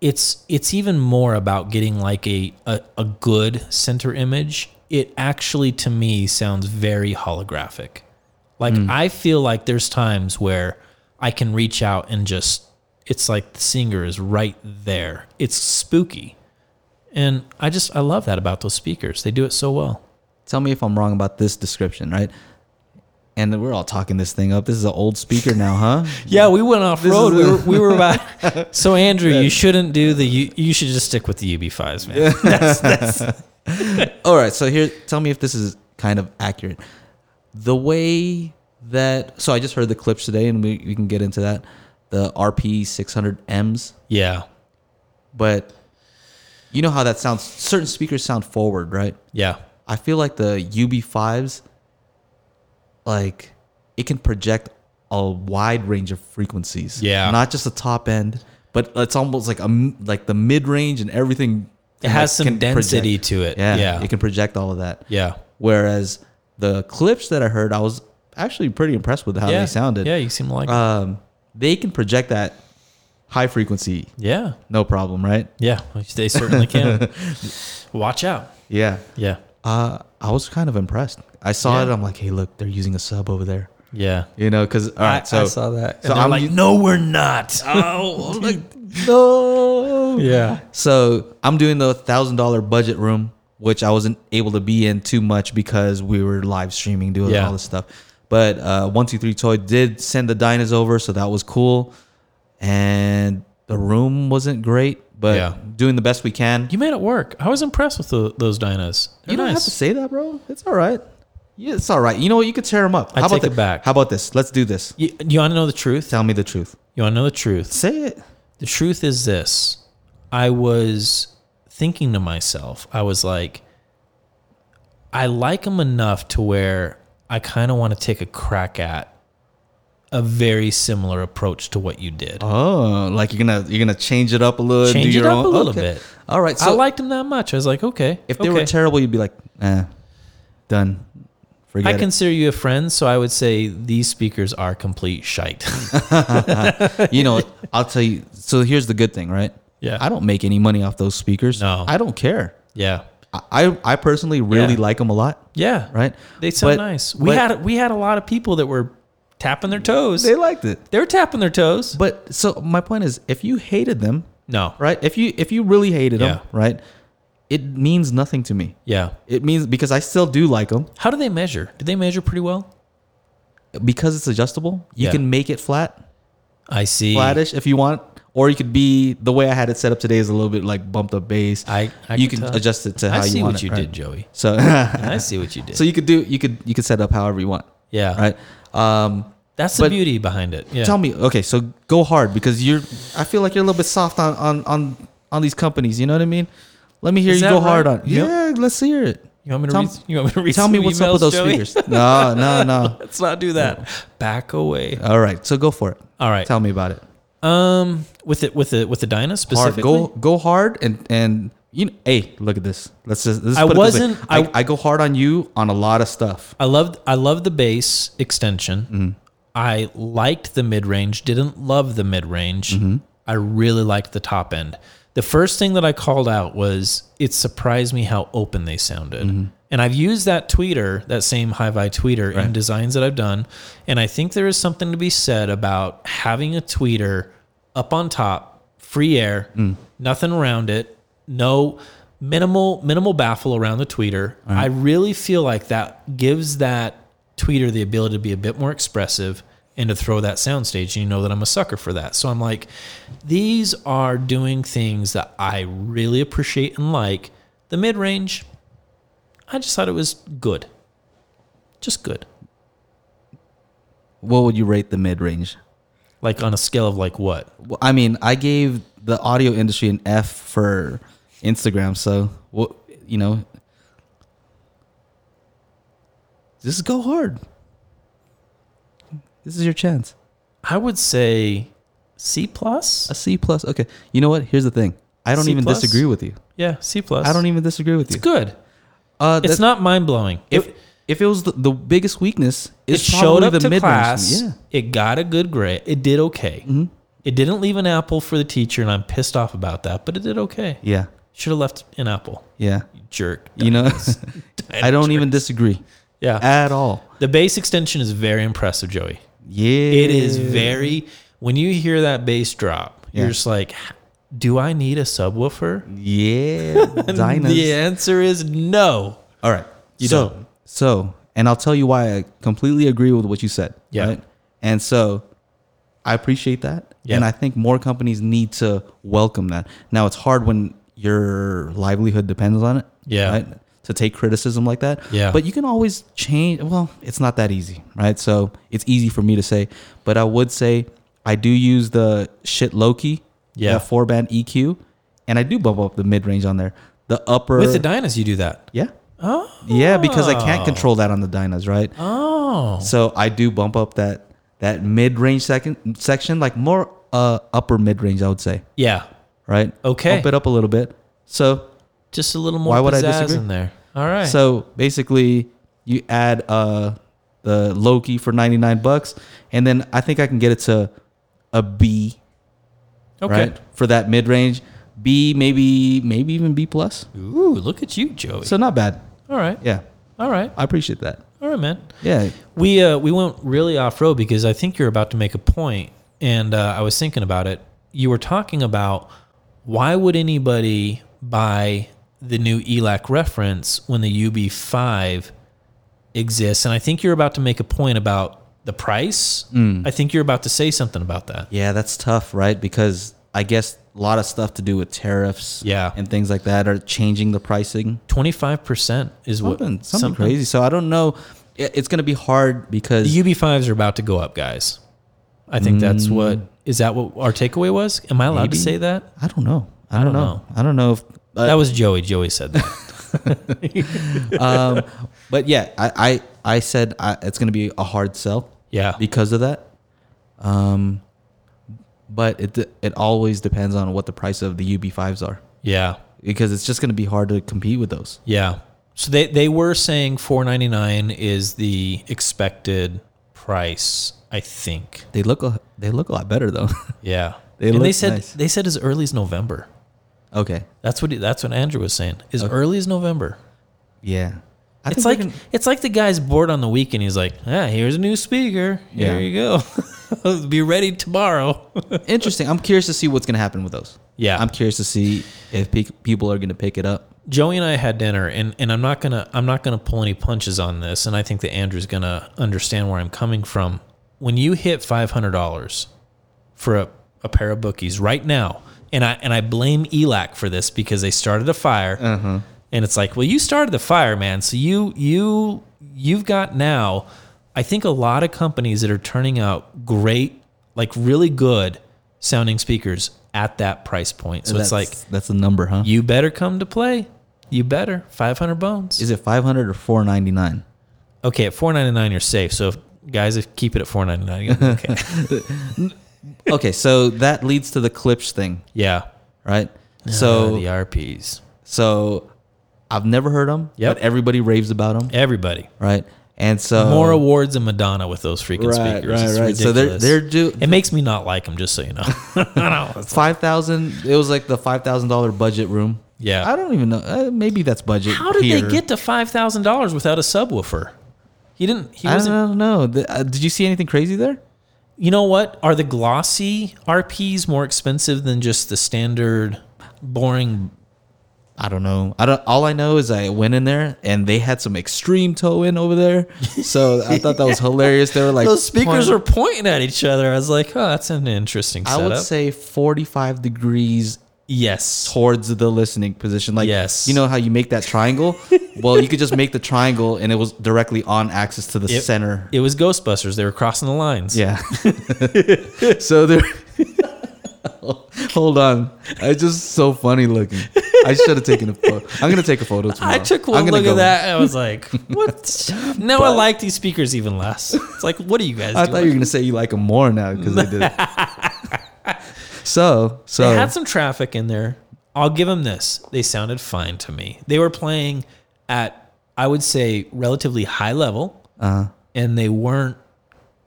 S2: it's it's even more about getting like a, a a good center image it actually to me sounds very holographic like i feel like there's times where i can reach out and just it's like the singer is right there it's spooky and i just i love that about those speakers they do it so well
S1: Tell me if I'm wrong about this description, right? And we're all talking this thing up. This is an old speaker now, huh?
S2: yeah we went off road
S1: is
S2: we
S1: a-
S2: were, we were about so andrew you shouldn't do the you, you should just stick with the ub5s man that's, that's
S1: All right, so here, tell me if this is kind of accurate. The way that, so I just heard the clips today, and we, we can get into that. The RP 600Ms.
S2: yeah
S1: But you know how that sounds. Certain speakers sound forward, right?
S2: Yeah.
S1: I feel like the UB5s, like it can project a wide range of frequencies.
S2: Yeah.
S1: not just the top end, but it's almost like a m- like the mid range and everything.
S2: It has some density to it.
S1: Yeah,
S2: Yeah.
S1: it can project all of that.
S2: Yeah.
S1: Whereas the clips that I heard, I was actually pretty impressed with how
S2: yeah.
S1: they sounded.
S2: Yeah. You seem like.
S1: Um, they can project that high frequency,
S2: yeah.
S1: no problem, right?
S2: Yeah. which They certainly can. Watch out.
S1: Yeah.
S2: Yeah.
S1: Uh, I was kind of impressed. I saw
S2: Yeah.
S1: it. I'm like, hey, look, they're using a sub over there.
S2: Yeah.
S1: You know, because all right, so
S2: I saw that.
S1: so
S2: and they're
S1: I'm
S2: like,
S1: u-
S2: no, we're not.
S1: Oh, I'm like, no.
S2: yeah.
S1: So I'm doing the thousand dollar budget room, which I wasn't able to be in too much because we were live streaming, doing
S2: Yeah.
S1: all this stuff. But uh, one two three toy did send the dinas over, so that was cool. And the room wasn't great, but
S2: Yeah.
S1: doing the best we can. You,
S2: You made it work. I was impressed with tho- those dinos. They're
S1: don't have
S2: nice.
S1: to say that, bro. It's all right. Yeah, it's all right. You know what? You could tear them up.
S2: I
S1: How
S2: take
S1: about
S2: it
S1: thi-
S2: back.
S1: How about this? Let's do this.
S2: You, you want to know the truth?
S1: Tell me the truth.
S2: You want to know the truth?
S1: Say it.
S2: The truth is this I was thinking to myself, I was like, I like them enough to where I kind of want to take a crack at a very similar approach to what you did.
S1: Oh, like you're gonna you're gonna change it up a little.
S2: Change
S1: do
S2: it
S1: your
S2: up
S1: own-
S2: a little
S1: okay.
S2: bit.
S1: All right. So
S2: I liked them that much. I was like, okay.
S1: if they were
S2: okay.
S1: terrible, you'd be like, eh, done. Forget
S2: I consider you a friend, so I would say these speakers are complete shite.
S1: it. You know, I'll tell you. So here's the good thing, right?
S2: Yeah.
S1: I don't make any money off those speakers.
S2: No.
S1: I don't care.
S2: yeah.
S1: I I, I personally really
S2: Yeah.
S1: like them a lot,
S2: Yeah.
S1: right?
S2: They sound
S1: But-
S2: nice. We
S1: but
S2: had we had a lot of people that were tapping their toes.
S1: they
S2: They,
S1: liked it.
S2: were tapping their toes.
S1: But so my point is, if you hated them,
S2: no.
S1: right? If you if you really hated them,
S2: Yeah.
S1: right? It means nothing to me.
S2: Yeah.
S1: It means because I still do like them
S2: How do they measure? Do they measure pretty well?
S1: because it's adjustable. You
S2: Yeah.
S1: can make it flat.
S2: I see.
S1: flattish if you want, or you could be the way I had it set up today is a little bit like bumped up bass.
S2: I- I
S1: you
S2: can
S1: can
S2: tell.
S1: adjust it to how
S2: I see
S1: you want
S2: what
S1: it,
S2: you
S1: right?
S2: did, Joey.
S1: So,
S2: I see what you did.
S1: so you could do you could you could set up however you want,
S2: yeah.
S1: right? Um,
S2: That's the
S1: But-
S2: beauty behind it. Yeah.
S1: Tell me, okay, so go hard because you're. I feel like you're a little bit soft on on on, on these companies. You know what I mean? Let me hear
S2: Is
S1: you
S2: that
S1: go
S2: right?
S1: hard on.
S2: Yep.
S1: Yeah, let's hear it.
S2: you want me to
S1: tell-
S2: read, you want me to read
S1: Tell me
S2: some
S1: what's up
S2: emails,
S1: with those
S2: Joey?
S1: speakers. No, no, no.
S2: Let's not do that. Back away.
S1: All right, so go for it.
S2: All right.
S1: Tell me about it.
S2: Um with it with the with the Dyna
S1: hard.
S2: specifically.
S1: Go go hard and and you know, hey, look at this. Let's just. Let's
S2: I
S1: put it this way.
S2: wasn't-
S1: I,
S2: I-
S1: I, go hard on you on a lot of stuff.
S2: I loved I loved the bass extension. I liked the mid range. Didn't love the mid range. I really liked the top end. The first thing that I called out was it surprised me how open they sounded. And I've used that tweeter, that same hi-fi tweeter, in designs that I've done. And I think there is something to be said about having a tweeter up on top, free air, nothing around it, no minimal minimal baffle around the tweeter. I really feel like that gives that tweeter the ability to be a bit more expressive and to throw that soundstage. And you know that I'm a sucker for that. So I'm like, these are doing things that I really appreciate and like. The mid range, I just thought it was good. Just good.
S1: What would you rate the mid range?
S2: Like on a scale of like what?
S1: Well, I mean, I gave the audio industry an F for Instagram. So what you know, just go hard. This is your chance.
S2: I would say C plus.
S1: A C plus. Okay. You know what? Here's the thing. I don't
S2: C
S1: even
S2: plus?
S1: disagree with you.
S2: Yeah, C plus.
S1: I don't even disagree with you.
S2: It's good.
S1: Uh,
S2: It's
S1: that-
S2: not mind blowing. If
S1: if if it was the, the biggest weakness,
S2: it
S1: it's
S2: showed
S1: probably
S2: up
S1: the
S2: to
S1: mid-range.
S2: class,
S1: Yeah, Mm-hmm.
S2: it got a good grade. It did okay. It didn't leave an apple for the teacher, and I'm pissed off about that. But it did okay.
S1: yeah,
S2: Should have left an apple.
S1: yeah.
S2: You jerk.
S1: You know, I don't even disagree
S2: Yeah.
S1: at all.
S2: the bass extension is very impressive, Joey.
S1: Yeah,
S2: It is very. When you hear that bass drop, you're
S1: Yeah.
S2: just like, "Do I need a subwoofer?"
S1: yeah dinos.
S2: The answer is no.
S1: All right.
S2: You
S1: so
S2: don't.
S1: so, and I'll tell you why I completely agree with what you said.
S2: Yeah.
S1: And so, I appreciate that,
S2: Yeah.
S1: and I think more companies need to welcome that. Now it's hard when your livelihood depends on it.
S2: Yeah.
S1: Right? To take criticism like that.
S2: Yeah.
S1: But you can always change. Well, it's not that easy, right? So it's easy for me to say, but I would say I do use the shit Loki,
S2: Yeah.
S1: that four band EQ, and I do bump up the mid range on there. The upper
S2: With the Dynas, you do that.
S1: yeah.
S2: Oh.
S1: Yeah, because I can't control that on the Dynas, right?
S2: Oh.
S1: So I do bump up that that mid range second section, like more uh upper mid range, I would say.
S2: Yeah.
S1: Right?
S2: Okay.
S1: Bump it up a little bit. So
S2: Just a little more
S1: Why would I
S2: pizzazz
S1: disagree?
S2: in there. All right.
S1: so basically you add uh the Loki for ninety nine bucks and then I think I can get it to a B
S2: okay.
S1: right? For that mid range. B maybe maybe even B plus.
S2: Ooh, look at you, Joey.
S1: So not bad.
S2: all right.
S1: Yeah.
S2: All right.
S1: I appreciate that.
S2: All right, man.
S1: Yeah.
S2: We uh, we went really off road because I think you're about to make a point, and uh, I was thinking about it. You were talking about why would anybody buy the new E ELAC reference when the UB5 exists, and I think you're about to make a point about the price.
S1: Mm.
S2: I think you're about to say something about that.
S1: Yeah, that's tough, right? Because I guess a lot of stuff to do with tariffs
S2: Yeah.
S1: and things like that are changing the pricing.
S2: Twenty five percent is
S1: Something,
S2: what
S1: something, crazy. So I don't know. It- It's going to be hard because
S2: The UB5s are about to go up, guys. I think that's what is that what our takeaway was? Am I allowed
S1: Mm. Maybe. Uh,
S2: to say that?
S1: I don't know. I don't,
S2: don't
S1: know.
S2: know.
S1: I don't know if.
S2: that was Joey. Joey said that.
S1: um, but yeah, I I, I said I, it's going to be a hard sell
S2: Yeah.
S1: because of that. Um, but it de- it always depends on what the price of the UB fives are
S2: Yeah.
S1: because it's just going to be hard to compete with those.
S2: Yeah. So they, they were saying 499 is the expected price, I think.
S1: They look a, they look a lot better though.
S2: Yeah.
S1: They
S2: and they
S1: look
S2: said
S1: nice.
S2: they said as early as November.
S1: okay,
S2: That's what he- that's what Andrew was saying. As early as November.
S1: yeah. I
S2: It's
S1: think we
S2: like
S1: can-
S2: it's like the guy's bored on the weekend. He's like, "Ah, here's a new speaker.
S1: Yeah.
S2: Here you go. Be ready tomorrow."
S1: interesting. I'm curious to see what's going to happen with those.
S2: Yeah.
S1: I'm curious to see if pe- people are going to pick it up.
S2: Joey and I had dinner, and, and I'm not gonna I'm not gonna pull any punches on this, and I think that Andrew's gonna understand where I'm coming from. When you hit five hundred dollars for a, a pair of bookies right now, and I and I blame ELAC for this because they started a fire, and it's like, well, you started the fire, man. So you you you've got now. I think a lot of companies that are turning out great, like really good sounding speakers at that price point. So it's
S1: that's,
S2: like
S1: that's a number, huh?
S2: you better come to play. You better. 500 bones.
S1: Is it 500 or 499?
S2: okay, at 499 you're safe. So if, guys, if keep it at 499. Okay.
S1: okay, so that leads to the clips thing,
S2: yeah.
S1: right?
S2: So
S1: So
S2: the RPs.
S1: so I've never heard them,
S2: Yep.
S1: but everybody raves about them,
S2: Everybody.
S1: right? And so
S2: More awards than Madonna with those freaking
S1: Oh. Right,
S2: speakers. It's
S1: right, right. So they're-
S2: ridiculous.
S1: they're do-
S2: It makes me not like them just so you know. I know. It's like,
S1: 5000 it was like the $5000 budget room.
S2: Yeah.
S1: I don't even know. Uh, maybe that's budget.
S2: How did
S1: here.
S2: they get to $5,000 without a subwoofer? He didn't he
S1: I
S2: wasn't
S1: don't know. The- uh, did you see anything crazy there?
S2: You know what? Are the glossy RPs more expensive than just the standard boring
S1: I don't know. I don't. All I know is I went in there and they had some extreme toe in over there. So I thought that was hilarious. They were like
S2: those speakers
S1: point-
S2: were pointing at each other. I was like, oh, that's an interesting
S1: I
S2: setup.
S1: would say forty-five degrees
S2: yes.
S1: towards the listening position. Like
S2: Yes.
S1: you know how you make that triangle? well, you could just make the triangle and it was directly on axis to the
S2: It-
S1: center.
S2: It was Ghostbusters. They were crossing the lines.
S1: yeah. so there. Hold on, it's just so funny looking. I should have taken a photo. I'm gonna take a photo tomorrow.
S2: I took
S1: I'm
S2: one
S1: gonna
S2: look
S1: go
S2: at
S1: in.
S2: that. And I was like, what? now I like these speakers even less. It's like, what are you guys
S1: I
S2: doing?
S1: thought you were gonna say you like them more now because they did. it. so so
S2: they had some traffic in there. I'll give them this. They sounded fine to me. They were playing at, I would say, relatively high level,
S1: uh,
S2: and they weren't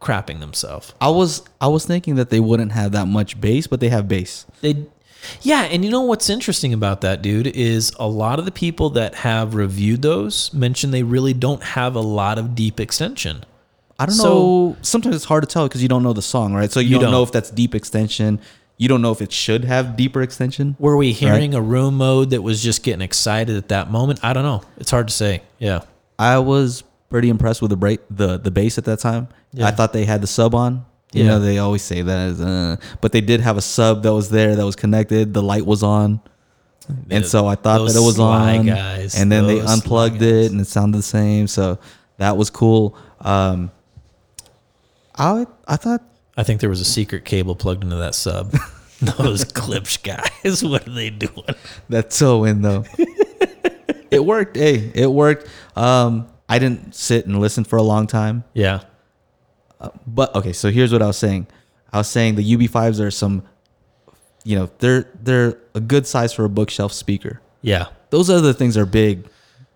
S2: crapping themselves.
S1: I was I was thinking that they wouldn't have that much bass, but they have bass.
S2: They, yeah, and you know what's interesting about that, dude, is a lot of the people that have reviewed those mention they really don't have a lot of deep extension.
S1: I don't
S2: So-
S1: know. Sometimes it's hard to tell because you don't know the song, right? So you,
S2: You
S1: don't, know
S2: don't.
S1: if that's deep extension. You don't know if it should have deeper extension.
S2: Were we hearing a room mode that was just getting excited at that moment? I don't know. It's hard to say. Yeah.
S1: I was pretty impressed with the break, the the bass at that time. I thought they had the sub on. You
S2: Yeah.
S1: know, they always say that, as, uh, but they did have a sub that was there that was connected. The light was on, and so I thought
S2: those
S1: that it was
S2: sly
S1: on.
S2: guys,
S1: and then they
S2: those sly
S1: unplugged it, and it sounded the same. So that was cool. Um, I I thought
S2: I think there was a secret cable plugged into that sub. Those Klipsch guys, what are they doing?
S1: That's so in though. it worked. Hey, it worked. Um, I didn't sit and listen for a long time.
S2: Yeah.
S1: But okay, so here's what I was saying. I was saying the UB5s are some, you know, they're they're a good size for a bookshelf speaker.
S2: Yeah.
S1: Those other things are big.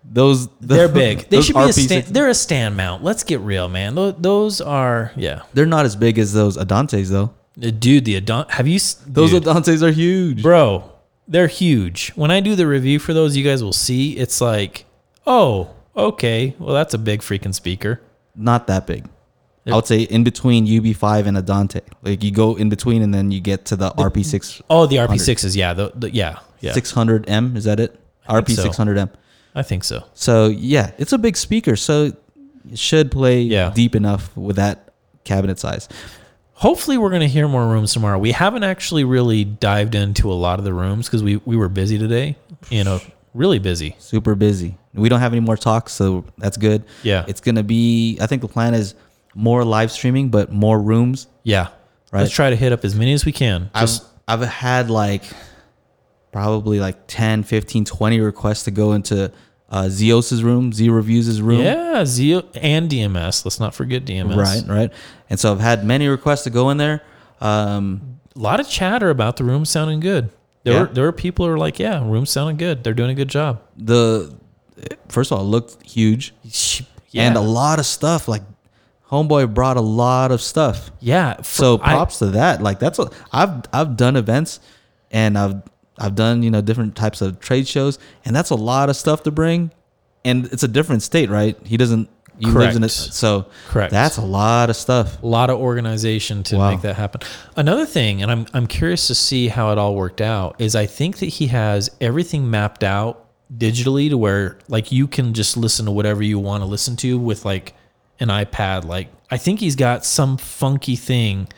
S1: Those
S2: They're big. They
S1: those
S2: should be a
S1: RP6
S2: stand, they're a stand mount. Let's get real, man. Tho- Those are yeah.
S1: They're not as big as those Adantes though.
S2: Uh, Dude, the Adon have you s-
S1: Those
S2: dude,
S1: Adantes are huge.
S2: bro, they're huge. When I do the review for those, you guys will see it's like, "Oh, okay. Well, that's a big freaking speaker."
S1: Not that big. I would say in between UB5 and Adante. Like you go in between and then you get to the RP6
S2: Oh, the RP6s, yeah. The, the yeah. Yeah.
S1: 600M, is that it?
S2: I think so.
S1: RP600M.
S2: I think so.
S1: So yeah, it's a big speaker, so it should play
S2: Yeah.
S1: deep enough with that cabinet size.
S2: Hopefully, we're going to hear more rooms tomorrow. We haven't actually really dived into a lot of the rooms because we, we were busy today, you know, really busy.
S1: Super busy. We don't have any more talks, so that's good.
S2: Yeah.
S1: It's gonna be I think the plan is more live streaming, but more rooms.
S2: Yeah.
S1: Right.
S2: Let's try to hit up as many as we can. Just,
S1: I've I've had like probably like 10, 15, 20 requests to go into uh Zeos's room, Z Reviews' room.
S2: yeah. Zeo and DMS. Let's not forget DMS.
S1: Right, right. And so I've had many requests to go in there. Um
S2: A lot of chatter about the room sounding good. There,
S1: Yeah.
S2: were, there were people who were like, yeah, room's sounding good. They're doing a good job.
S1: the first of all, it looked huge.
S2: Yeah.
S1: and a lot of stuff. Like Homeboy brought a lot of stuff.
S2: yeah. for-
S1: So
S2: I-
S1: props to that. Like that's what I've I've done events, and I've I've done you know different types of trade shows, and that's a lot of stuff to bring, and it's a different state, right? He doesn't. You lives in it,
S2: Correct.
S1: so
S2: Correct.
S1: That's a lot of stuff.
S2: a lot of organization to
S1: Wow.
S2: make that happen. Another thing, and I'm I'm curious to see how it all worked out, is I think that he has everything mapped out digitally to where like you can just listen to whatever you want to listen to with like an iPad. Like I think he's got some funky thing.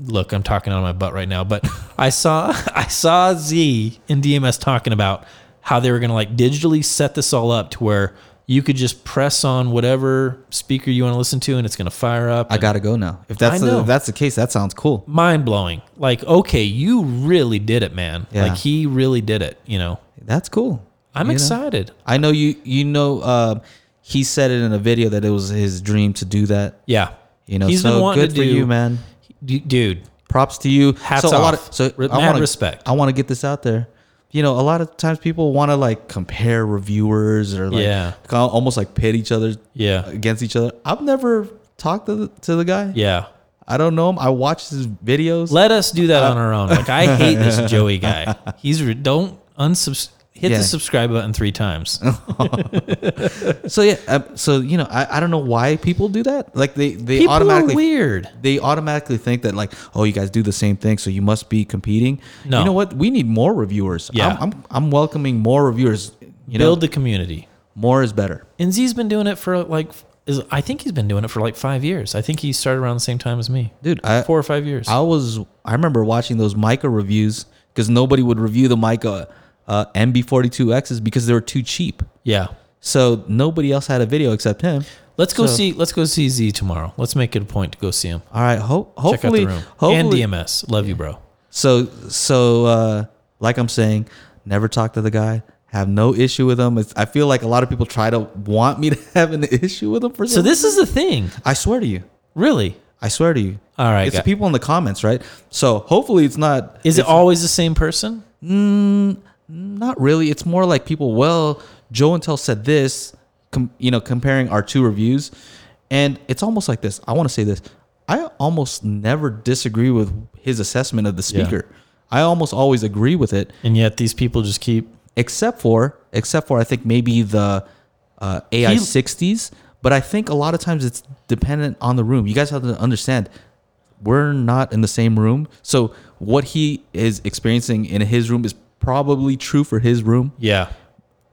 S2: Look, I'm talking out of my butt right now, but I saw I saw Z in DMS talking about how they were gonna like digitally set this all up to where you could just press on whatever speaker you want to listen to and it's gonna fire up.
S1: I gotta go now. If that's
S2: I
S1: the,
S2: know.
S1: if that's the case, that sounds cool.
S2: mind blowing. Like, okay, you really did it, man.
S1: Yeah.
S2: Like he really did it, you know.
S1: That's cool.
S2: I'm
S1: You know?
S2: excited.
S1: I know you. You know, um, he said it in a video that it was his dream to do that.
S2: Yeah.
S1: You know,
S2: he's
S1: so
S2: been wanting
S1: good
S2: to
S1: for
S2: do
S1: you, man.
S2: D- dude.
S1: props to you.
S2: Hats
S1: so A lot
S2: off.
S1: of, so
S2: Re-
S1: I
S2: mad
S1: wanna,
S2: respect.
S1: I want to get this out there. You know, a lot of times people want to like compare reviewers or like
S2: Yeah.
S1: kinda almost like pit each other
S2: Yeah.
S1: against each other. I've never talked to the, to the guy.
S2: Yeah.
S1: I don't know him. I watch his videos.
S2: Let us do that on
S1: Uh,
S2: our own. Like I hate this Joey guy. He's re- don't unsubs hit
S1: Yeah.
S2: the subscribe button three times.
S1: so yeah, um, so you know, I, I don't know why people do that. Like they they
S2: People
S1: automatically
S2: are weird.
S1: they automatically think that like, oh, you guys do the same thing, so you must be competing.
S2: No.
S1: You know what? We need more reviewers.
S2: Yeah.
S1: I'm I'm, I'm welcoming more reviewers. You
S2: Build
S1: know,
S2: the community.
S1: more is better.
S2: And Z's been doing it for like is I think he's been doing it for like five years. I think he started around the same time as me.
S1: Dude, I,
S2: Four or five years.
S1: I was I remember watching those Mica reviews because nobody would review the Mica uh, MB42Xs because they were too cheap.
S2: yeah.
S1: So nobody else had a video except him.
S2: Let's go
S1: So-
S2: see. Let's go see Z tomorrow. Let's make it a point to go see him.
S1: All right, ho-
S2: Check out the
S1: hopefully,
S2: room and
S1: hopefully.
S2: DMS. Love you, bro.
S1: so so uh, like I'm saying, never talk to the guy. Have no issue with him. It's, I feel like a lot of people try to want me to have an issue with him for
S2: So
S1: some.
S2: this is the thing,
S1: I swear to you.
S2: really.
S1: I swear to you.
S2: All right,
S1: it's the
S2: guy.
S1: people in the comments, right? So hopefully it's not.
S2: Is it always the same person?
S1: Not really. It's more like people. Well, Joe and Tell said this. Com- you know, comparing our two reviews, and it's almost like this. I want to say this. I almost never disagree with his assessment of the
S2: Yeah.
S1: speaker. I almost always agree with it,
S2: And yet these people just keep.
S1: except for except for I think maybe the uh, AI sixties. But I think a lot of times it's dependent on the room. You guys have to understand. We're not in the same room, so what he is experiencing in his room is probably true for his room
S2: Yeah,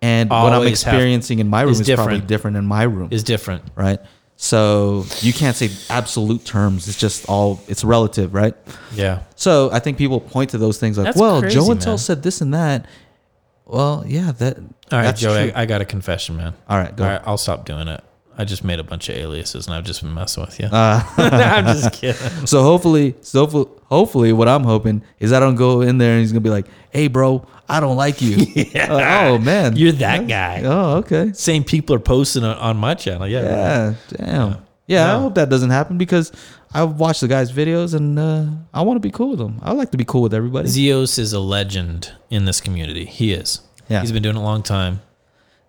S1: and what I'm
S2: always have-
S1: experiencing in my room
S2: is
S1: is, probably
S2: different.
S1: different in my room,
S2: is different.
S1: right? So you can't say absolute terms. It's just all it's relative, right?
S2: Yeah,
S1: So I think people point to those things like,
S2: That's
S1: well,
S2: crazy,
S1: Joe and Tell
S2: man.
S1: said this and that. Well, yeah, that.
S2: All right,
S1: that's
S2: Joey,
S1: true.
S2: I, I got a confession, man.
S1: All right, go.
S2: All right, I'll stop doing it. I just made a bunch of aliases and I've just been messing with you.
S1: Uh,
S2: I'm just kidding.
S1: so hopefully, so hopefully, hopefully, what I'm hoping is I don't go in there and he's gonna be like, "Hey, bro, I don't like you." Uh, oh man,
S2: You're that guy.
S1: Oh okay.
S2: Same people are posting on, on my channel. Yeah.
S1: Yeah, damn. Yeah, I
S2: No.
S1: hope that doesn't happen because I've watched the guy's videos and uh, I want to be cool with him. I like to be cool with everybody.
S2: Zeos is a legend in this community. He is.
S1: Yeah.
S2: He's been doing it a long time.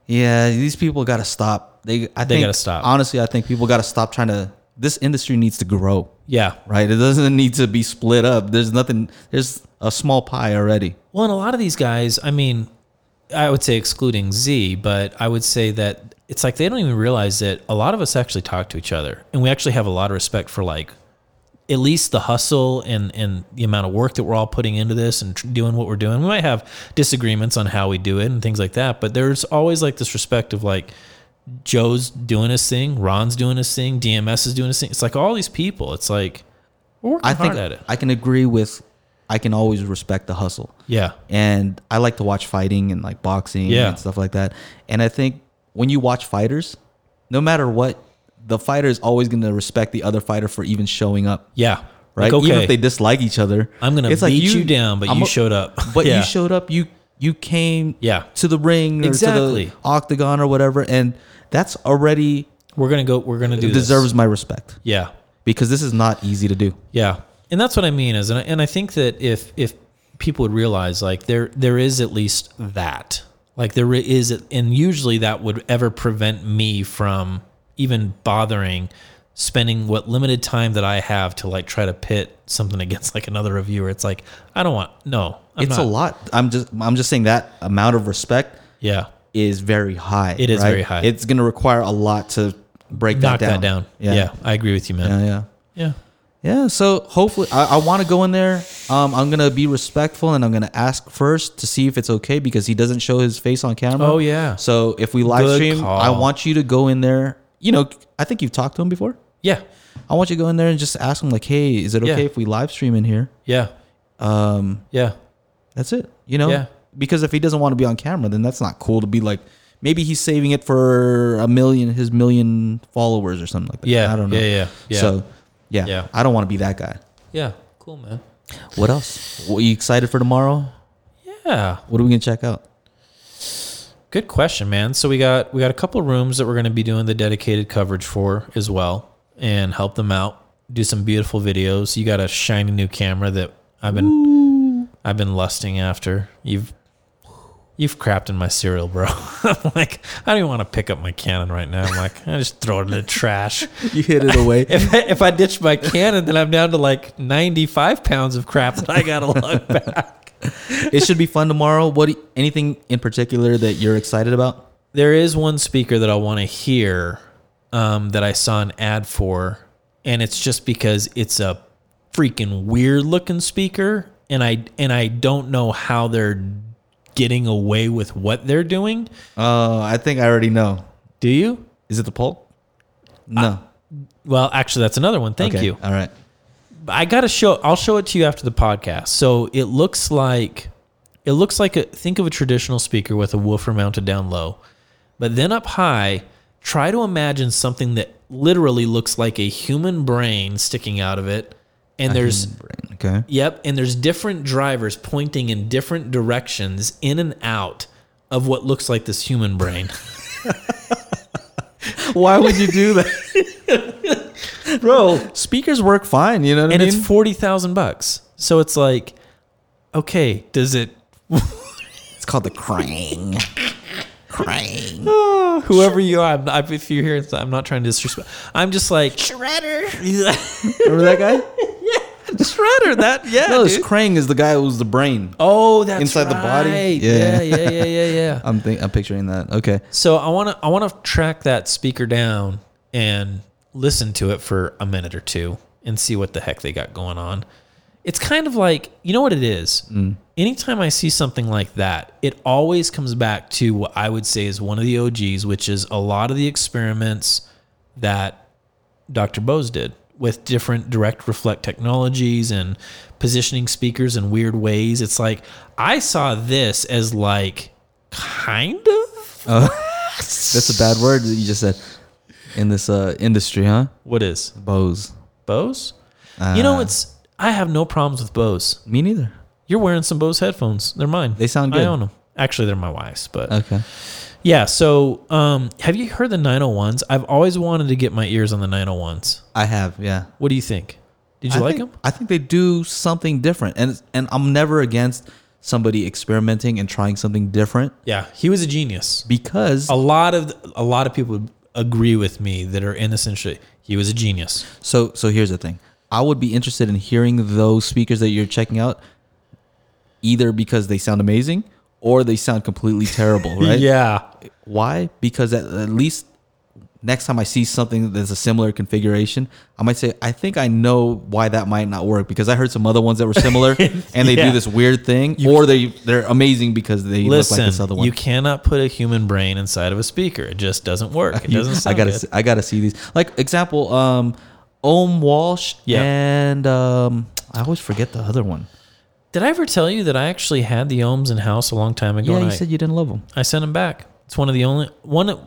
S1: Yeah, these people got to stop. They I think,
S2: gotta stop.
S1: Honestly, I think people got to stop trying to. This industry needs to grow,
S2: Yeah.
S1: right? It doesn't need to be split up. There's nothing. There's a small pie already.
S2: Well, and a lot of these guys, I mean, I would say excluding Z, but I would say that it's like they don't even realize that a lot of us actually talk to each other and we actually have a lot of respect for like at least the hustle and and the amount of work that we're all putting into this and tr- doing what we're doing. We might have disagreements on how we do it and things like that, but there's always like this respect of like Joe's doing his thing, Ron's doing his thing, DMS is doing his thing. It's like all these people. It's like we're working
S1: I think
S2: hard at it.
S1: I can agree with. I can always respect the hustle.
S2: Yeah.
S1: and I like to watch fighting and like boxing
S2: Yeah.
S1: and stuff like that. And I think when you watch fighters, no matter what, the fighter is always going to respect the other fighter for even showing up,
S2: Yeah.
S1: right?
S2: Like, okay.
S1: Even if they dislike each other,
S2: I'm gonna beat you, down, but
S1: I'm
S2: you
S1: a-
S2: showed up.
S1: But
S2: yeah.
S1: you showed up. You you came
S2: Yeah.
S1: to the ring or
S2: Exactly.
S1: to the octagon or whatever, and that's already
S2: we're gonna go. We're gonna do
S1: deserves
S2: This.
S1: my respect
S2: Yeah,
S1: because this is not easy to do.
S2: yeah, and that's what I mean is, and I, and I think that if if people would realize like there there is at least that like there is and usually that would ever prevent me from even bothering spending what limited time that I have to like try to pit something against like another reviewer. It's like I don't want no. I'm
S1: it's
S2: not,
S1: a lot. I'm just I'm just saying that amount of respect
S2: Yeah.
S1: is very high.
S2: It is very high.
S1: It's going to require a lot to break
S2: Knock
S1: that down.
S2: that down. Yeah.
S1: Yeah.
S2: I agree with you, man.
S1: Yeah. Yeah.
S2: Yeah.
S1: Yeah, so hopefully I, I want to go in there. Um, I'm gonna be respectful and I'm gonna ask first to see if it's okay because he doesn't show his face on camera.
S2: Oh, yeah.
S1: So if we live
S2: Good
S1: stream,
S2: call.
S1: I want you to go in there. You know, I think you've talked to him before.
S2: Yeah.
S1: I want you to go in there and just ask him like, "Hey, is it okay
S2: Yeah.
S1: if we live stream in here?"
S2: Yeah.
S1: Um,
S2: Yeah.
S1: that's it. You know?
S2: Yeah.
S1: Because if he doesn't want to be on camera, then that's not cool to be like maybe he's saving it for a million his million followers or something like that.
S2: Yeah.
S1: I don't know.
S2: Yeah, yeah, yeah.
S1: So yeah.
S2: Yeah.
S1: I don't want to be that guy.
S2: Yeah. Cool, man.
S1: What else? What you excited for tomorrow?
S2: Yeah.
S1: What are we gonna check out?
S2: Good question, man. So we got we got a couple of rooms that we're going to be doing the dedicated coverage for as well, and help them out. Do some beautiful videos. You got a shiny new camera that I've been I've been lusting after. You've you've crapped in my cereal, bro. I'm like I don't even want to pick up my Canon right now. I'm like I just throw it in the trash.
S1: You hit it away.
S2: If I, if I ditch my Canon, then I'm down to like 95 pounds of crap that I got to lug back.
S1: it should be fun tomorrow. What do- anything in particular that you're excited about?
S2: There is one speaker that I want to hear um, that I saw an ad for, and it's just because it's a freaking weird looking speaker, and I and I don't know how they're getting away with what they're doing.
S1: Uh I think I already know.
S2: Do you?
S1: Is it the poll? No.
S2: Well, actually, that's another one. Thank
S1: Okay.
S2: you.
S1: All right.
S2: I gotta show. I'll show it to you after the podcast. So it looks like, it looks like a think of a traditional speaker with a woofer mounted down low, but then up high. Try to imagine something that literally looks like a human brain sticking out of it, and there's
S1: Brain, Okay.
S2: Yep, and there's different drivers pointing in different directions in and out of what looks like this human brain.
S1: Why would you do that? Bro, speakers work fine, you know what
S2: and
S1: I mean?
S2: it's 40,000 bucks. So it's like okay, does it
S1: it's called the Krang. Krang.
S2: whoever you are, I'm, I, if you hear it, I'm not trying to disrespect. I'm just like Shredder.
S1: Remember that guy?
S2: Shredder, that yeah.
S1: No, it's
S2: dude.
S1: Krang is the guy who was the brain.
S2: oh, that's
S1: Inside the body?
S2: right.
S1: Yeah.
S2: Yeah, yeah, yeah, yeah, yeah. yeah.
S1: I'm think I'm picturing that. Okay.
S2: So I want to I want to track that speaker down and listen to it for a minute or two and see what the heck they got going on. It's kind of like you know what it is. Anytime I see something like that, it always comes back to what I would say is one of the OGs, which is a lot of the experiments that Dr. Bose did with different direct reflect technologies and positioning speakers in weird ways. It's like I saw this as like kind of
S1: Uh, That's a bad word that you just said. in this uh, industry, huh?
S2: What is
S1: Bose.
S2: Bose? you
S1: Uh.
S2: know, it's I have no problems with Bose.
S1: Me neither.
S2: You're wearing some Bose headphones. They're mine.
S1: They sound
S2: I
S1: good.
S2: own them. Actually, they're my wife's, but
S1: Okay.
S2: yeah. So, um, have you heard the 901s? I've always wanted to get my ears on the 901s.
S1: I have, yeah.
S2: What do you think? Did you
S1: I
S2: like
S1: think,
S2: them?
S1: I think they do something different, and it's- and I'm never against somebody experimenting and trying something different
S2: Yeah, he was a genius.
S1: because
S2: A lot of a lot of people would agree with me that are in this industry. He was a genius.
S1: so so here's the thing. I would be interested in hearing those speakers that you're checking out, either because they sound amazing or they sound completely terrible, right?
S2: Yeah.
S1: Why? Because at, at least next time I see something that's a similar configuration, I might say, I think I know why that might not work because I heard some other ones that were similar and they
S2: Yeah.
S1: do this weird thing, or they they're amazing because they
S2: Listen,
S1: look like this other one.
S2: you cannot put a human brain inside of a speaker. It just doesn't work. It
S1: You-
S2: doesn't
S1: I
S2: sound
S1: gotta
S2: good.
S1: see- I gotta see these. Like example, um, Ohm Walsh
S2: Yeah.
S1: and um, I always forget the other one.
S2: Did I ever tell you that I actually had the ohms in house a long time ago?
S1: Yeah,
S2: and
S1: you
S2: I,
S1: said you didn't love them.
S2: I sent them back. It's one of the only one.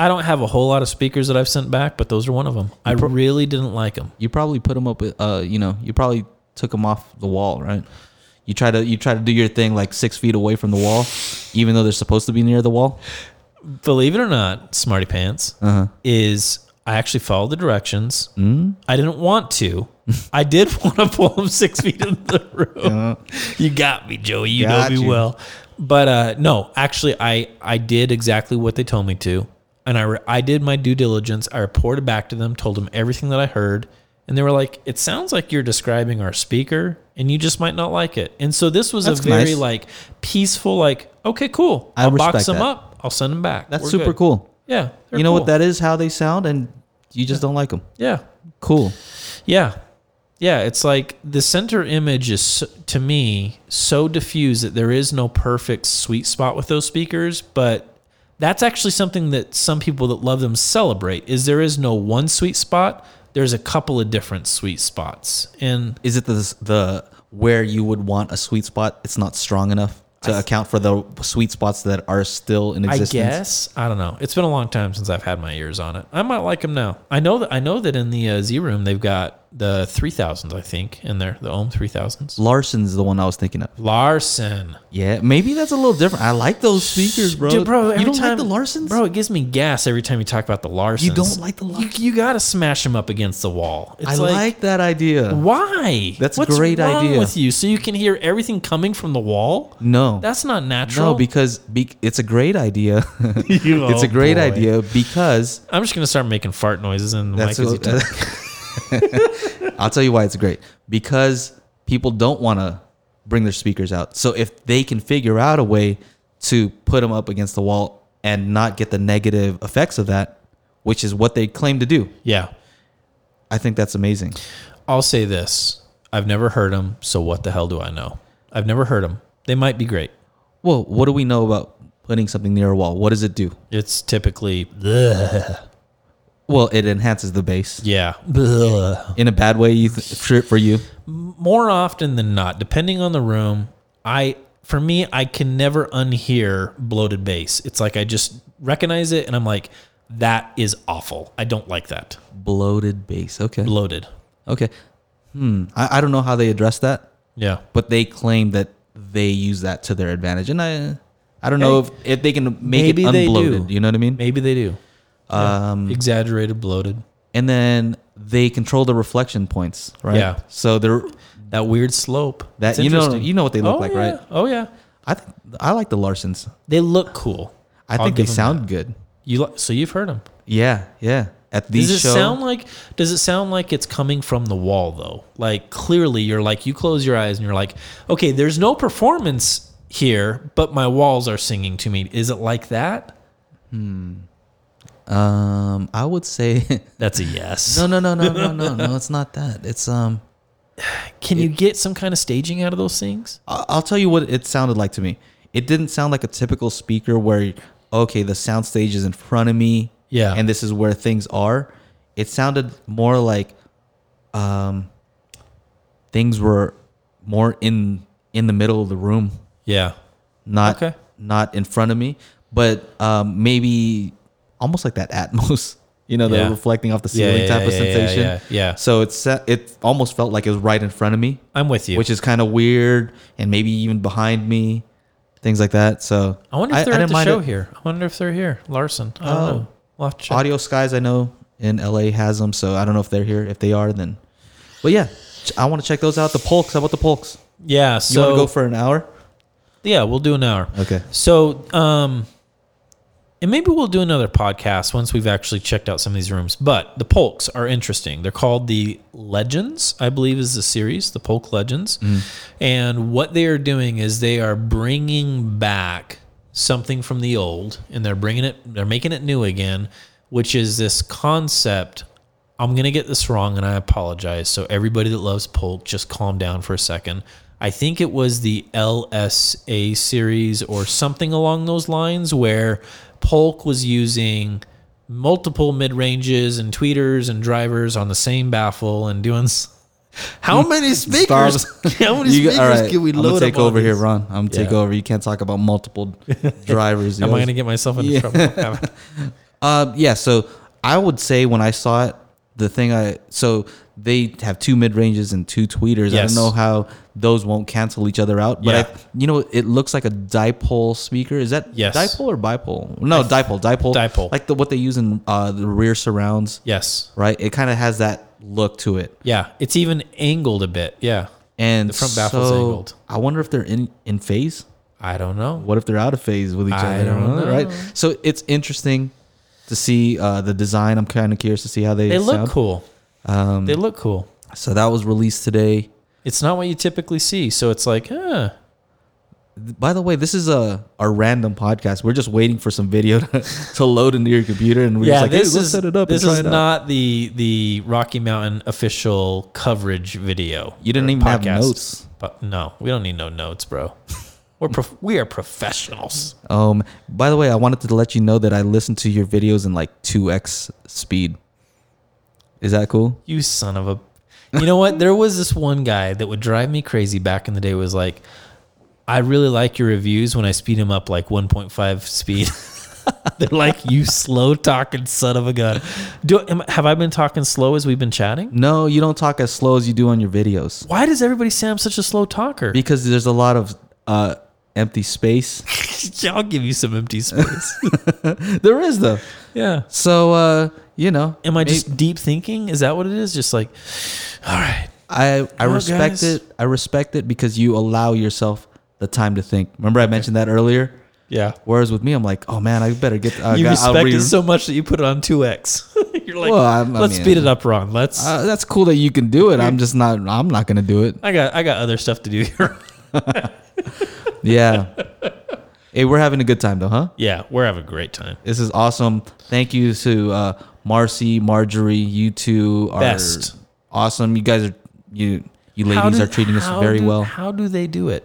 S2: I don't have a whole lot of speakers that I've sent back, but those are one of them. I really didn't like them.
S1: You probably put them up. Uh, you know, you probably took them off the wall, right? You try to you try to do your thing like six feet away from the wall, even though they're supposed to be near the wall.
S2: Believe it or not, Smarty Pants
S1: Uh-huh.
S2: is I actually followed the directions. Mm. I didn't want to. I did want to pull them six feet into the room. You got me, Joey. You
S1: Got
S2: know me
S1: you.
S2: well. But uh, no, actually, I I did exactly what they told me to, and I re- I did my due diligence. I reported back to them, told them everything that I heard, and they were like, "It sounds like you're describing our speaker, and you just might not like it." And so this was
S1: That's
S2: a very
S1: nice.
S2: like peaceful, like, "Okay, cool.
S1: I
S2: I'll box
S1: respect
S2: them
S1: that.
S2: up. I'll send them back."
S1: That's
S2: We're
S1: super
S2: good."
S1: cool.
S2: Yeah,
S1: You know what? That is how they sound, and you just don't like them.
S2: yeah,
S1: Cool.
S2: Yeah. Yeah, it's like the center image is so- to me so diffused that there is no perfect sweet spot with those speakers, but that's actually something that some people that love them celebrate is there is no one sweet spot, there's a couple of different sweet spots. And
S1: Is it the the where you would want a sweet spot? It's not strong enough to account for the sweet spots that are still in
S2: I
S1: existence.
S2: guess, I don't know. It's been a long time since I've had my ears on it. I might like them now. I know that I know that in the uh, Z room they've got the 3000s I think in there, the Ohm 3000s.
S1: Larson's the one I was thinking of.
S2: Larson.
S1: Yeah, maybe that's a little different. I like those speakers, bro.
S2: Dude, bro, every
S1: you don't like
S2: time,
S1: the Larsons,
S2: Bro, it gives me gas every time you talk about the Larsons.
S1: You don't like the Larsons.
S2: You, you gotta smash them up against the wall. It's
S1: I like, that idea.
S2: why?
S1: That's a
S2: What's
S1: great
S2: wrong
S1: idea.
S2: with you? So you can hear everything coming from the wall?
S1: no,
S2: That's not natural.
S1: no, because be, it's a great idea. it's a great
S2: boy.
S1: idea because
S2: I'm just gonna start making fart noises in the
S1: that's.
S2: mic. As you talk.
S1: what- I'll tell you why it's great because people don't want to bring their speakers out. So if they can figure out a way to put them up against the wall and not get the negative effects of that, which is what they claim to do,
S2: yeah.
S1: I think that's amazing.
S2: I'll say this: I've never heard them, so what the hell do I know? I've never heard them. They might be great.
S1: Well, what do we know about putting something near a wall? What does it do?
S2: It's typically, Bleh.
S1: Well, it enhances the bass
S2: yeah. Bleh.
S1: in a bad way. You th- for- for you,
S2: more often than not, depending on the room, I for me, I can never unhear bloated bass. It's like I just recognize it and I'm like, that is awful. I don't like that.
S1: bloated bass. Okay,
S2: Bloated.
S1: okay. Hmm. I, I don't know how they address that,
S2: Yeah.
S1: but they claim that they use that to their advantage, and I, I don't know if, if they can make it
S2: maybe they
S1: unbloated.
S2: do.
S1: You know what I mean?
S2: Maybe they do.
S1: Um,
S2: Exaggerated bloated.
S1: and then they control the reflection points, right?
S2: Yeah.
S1: So they're
S2: That weird slope.
S1: that
S2: It's
S1: you know
S2: interesting.
S1: you know what they look
S2: Oh,
S1: like,
S2: yeah.
S1: right?
S2: Oh yeah.
S1: I think I like the Larsens.
S2: They look cool.
S1: I
S2: I'll
S1: think they
S2: give 'em
S1: sound good.
S2: You li- so you've heard them.
S1: Yeah, yeah. At these
S2: Does it
S1: show,
S2: sound like does it sound like it's coming from the wall though? Like clearly you're like you close your eyes and you're like, okay, there's no performance here, but my walls are singing to me. Is it like that?
S1: um, I would say
S2: That's a yes.
S1: No, no, no, no, no, no, no. It's not that. It's um.
S2: Can you get some kind of staging out of those things?
S1: I- I'll tell you what it sounded like to me. It didn't sound like a typical speaker where, okay, the sound stage is in front of me.
S2: Yeah.
S1: And this is where things are. It sounded more like, um, things were more in in the middle of the room,
S2: Yeah.
S1: not
S2: Okay.
S1: not in front of me, but um, maybe almost like that Atmos. you know, the
S2: Yeah.
S1: reflecting off the ceiling type of
S2: yeah, yeah,
S1: sensation.
S2: yeah, yeah.
S1: So it's it almost felt like it was right in front of me,
S2: I'm with you.
S1: which is kind of weird, and maybe even behind me, things like that. So
S2: I wonder if they're
S1: didn't
S2: at the
S1: mind
S2: show
S1: it.
S2: here. I wonder if they're here. Larson. I don't
S1: Oh.
S2: know. We'll have to check.
S1: Audio Skies, I know in LA has them, so I don't know if they're here. If they are, then, but yeah, ch- I want to check those out. The Polks, how about the Polks?
S2: Yeah.
S1: You want
S2: So
S1: to go for an hour?
S2: yeah, we'll do an hour.
S1: Okay.
S2: So um, and maybe we'll do another podcast once we've actually checked out some of these rooms. But the Polks are interesting. They're called the Legends, I believe, is the series, the Polk Legends. And what they are doing is they are bringing back something from the old, and they're bringing it, they're making it new again, which is this concept I'm going to get this wrong and I apologize. So, everybody that loves Polk, just calm down for a second. I think it was the LSA series or something along those lines where Polk was using multiple mid ranges and tweeters and drivers on the same baffle and doing. s- How many speakers? How many
S1: You-
S2: speakers
S1: all right,
S2: can we
S1: I'm
S2: load
S1: gonna take
S2: up on
S1: over here,
S2: these?
S1: Ron. I'm gonna take
S2: Yeah.
S1: over. You can't talk about multiple drivers. You
S2: Am I
S1: always-
S2: going to get myself into
S1: Yeah.
S2: trouble?
S1: Uh, yeah. So I would say when I saw it, the thing I so they have two mid ranges and two tweeters. I
S2: Yes.
S1: don't know how those won't cancel each other out, but
S2: Yeah.
S1: I, you know, it looks like a dipole speaker. Is that
S2: Yes.
S1: dipole or bipole? No, dipole, dipole,
S2: Dipole.
S1: Like the what they use in uh, the rear surrounds,
S2: yes.
S1: right? It kind of has that look to it,
S2: Yeah. It's even angled a bit. Yeah.
S1: and
S2: The front baffle's
S1: so
S2: angled.
S1: I wonder if they're in in phase.
S2: I don't know.
S1: What if they're out of phase with each other?
S2: I don't
S1: huh?
S2: know.
S1: Right. So it's interesting to see uh, the design. I'm kind of curious to see how they,
S2: They look
S1: sound.
S2: cool.
S1: Um,
S2: They look cool.
S1: so that was released today.
S2: It's not what you typically see. So it's like, huh.
S1: By the way, this is a, a random podcast. We're just waiting for some video to, to load into your computer, and we're just like, hey, let's set it up.
S2: This
S1: and try
S2: is
S1: it out."
S2: not the the Rocky Mountain official coverage video.
S1: You didn't
S2: or
S1: even have notes.
S2: But no, we don't need no notes, bro. We're prof- we are professionals.
S1: Um. By the way, I wanted to let you know that I listened to your videos in like two x speed. Is that cool?
S2: You son of a. You know what? There was this one guy that would drive me crazy back in the day. Was like, I really like your reviews when I speed him up like 1.5 speed. They're like, you slow talking son of a gun. Do am, have I been talking slow as we've been chatting?
S1: No, you don't talk as slow as you do on your videos
S2: Why does everybody say I'm such a slow talker?
S1: because there's a lot of uh empty space.
S2: I'll give you some empty space.
S1: there is though.
S2: yeah.
S1: So uh, you know,
S2: Am I
S1: may-
S2: just deep thinking? Is that what it is? Just like, all right.
S1: I I
S2: Well,
S1: respect
S2: guys.
S1: it. I respect it because you allow yourself the time to think. Remember, I mentioned that earlier.
S2: Yeah.
S1: Whereas with me, I'm like, oh man, I better get. I
S2: you
S1: got- I'll
S2: respect
S1: re-
S2: it so much that you put it on 2X. You're like,
S1: Well, I'm- I
S2: let's
S1: mean-
S2: speed it up, Ron. Let's.
S1: Uh, that's cool that you can do it. I'm just not. I'm not gonna do it.
S2: I got I got other stuff to do here.
S1: Yeah. hey, we're having a good time though, huh?
S2: yeah, we're having a great time.
S1: This is awesome. Thank you to uh, Marcy, Marjorie. You two are
S2: Best.
S1: awesome. You guys are you. You
S2: How
S1: ladies
S2: do-
S1: are treating us
S2: how
S1: very
S2: do-
S1: well. Oh,
S2: How do they do it?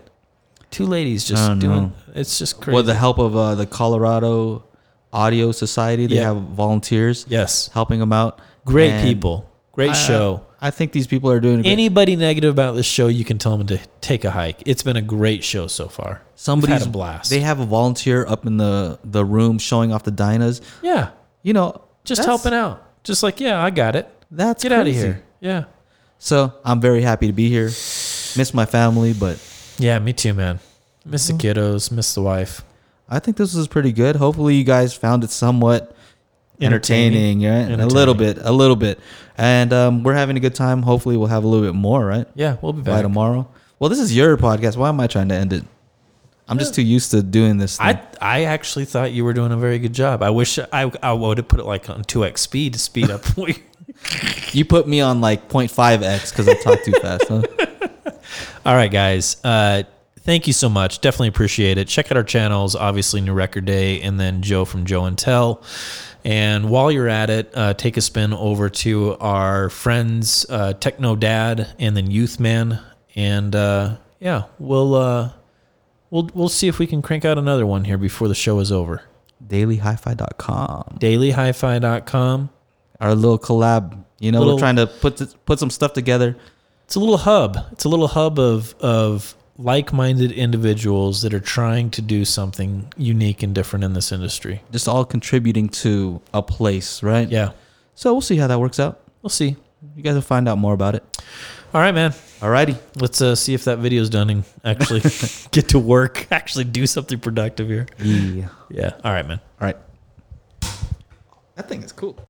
S2: Two ladies just
S1: don't
S2: doing
S1: know.
S2: it's just crazy.
S1: With the help of uh, the Colorado Audio Society, they
S2: Yeah.
S1: have volunteers.
S2: yes.
S1: helping them out.
S2: Great
S1: And
S2: people. Great
S1: I-
S2: show.
S1: I think these people are doing great.
S2: Uh, Anybody negative about this show, you can tell them to take a hike. It's been a great show so far.
S1: somebody's
S2: We've had a blast.
S1: They have a volunteer up in the the room showing off the dinas.
S2: yeah,
S1: You know,
S2: just
S1: that's-
S2: helping out. Just like yeah, I got it.
S1: That's
S2: Get out of
S1: crazy.
S2: here. Yeah,
S1: So I'm very happy to be here. Miss my family, but
S2: yeah. Me too, man. Miss the
S1: Mm-hmm.
S2: kiddos. Miss the wife.
S1: I think this was pretty good. Hopefully, you guys found it somewhat entertaining, right? A little bit, a little bit, and um, we're having a good time. Hopefully, we'll have a little bit more, right?
S2: Yeah, we'll be
S1: By
S2: back.
S1: tomorrow. Well, this is your podcast. Why am I trying to end it? I'm just too used to doing this. Thing.
S2: Uh, I I actually thought you were doing a very good job. I wish I I would have put it like on two x speed to speed up. what you-
S1: You put me on like 0.5x because I talk too fast. Huh?
S2: All right, guys. Uh, thank you so much. Definitely appreciate it. Check out our channels. Obviously, New Record Day, and then Joe from Joe and Tell. And while you're at it, uh, take a spin over to our friends uh, Techno Dad and then Youth Man. And uh, yeah, we'll uh, we'll we'll see if we can crank out another one here before the show is over.
S1: DailyHiFi.com.
S2: DailyHiFi.com.
S1: Our little collab. You know,
S2: Little-
S1: we're trying to put th- put some stuff together.
S2: It's a little hub. It's a little hub of of like-minded individuals that are trying to do something unique and different in this industry.
S1: Just all contributing to a place, right?
S2: Yeah.
S1: So we'll see how that works out.
S2: We'll see.
S1: You guys will find out more about it.
S2: All right, man.
S1: Alrighty.
S2: Let's uh, see if that video's done and actually get to work, actually do something productive here.
S1: Yeah.
S2: Yeah. All right, man.
S1: All right.
S3: That thing is cool.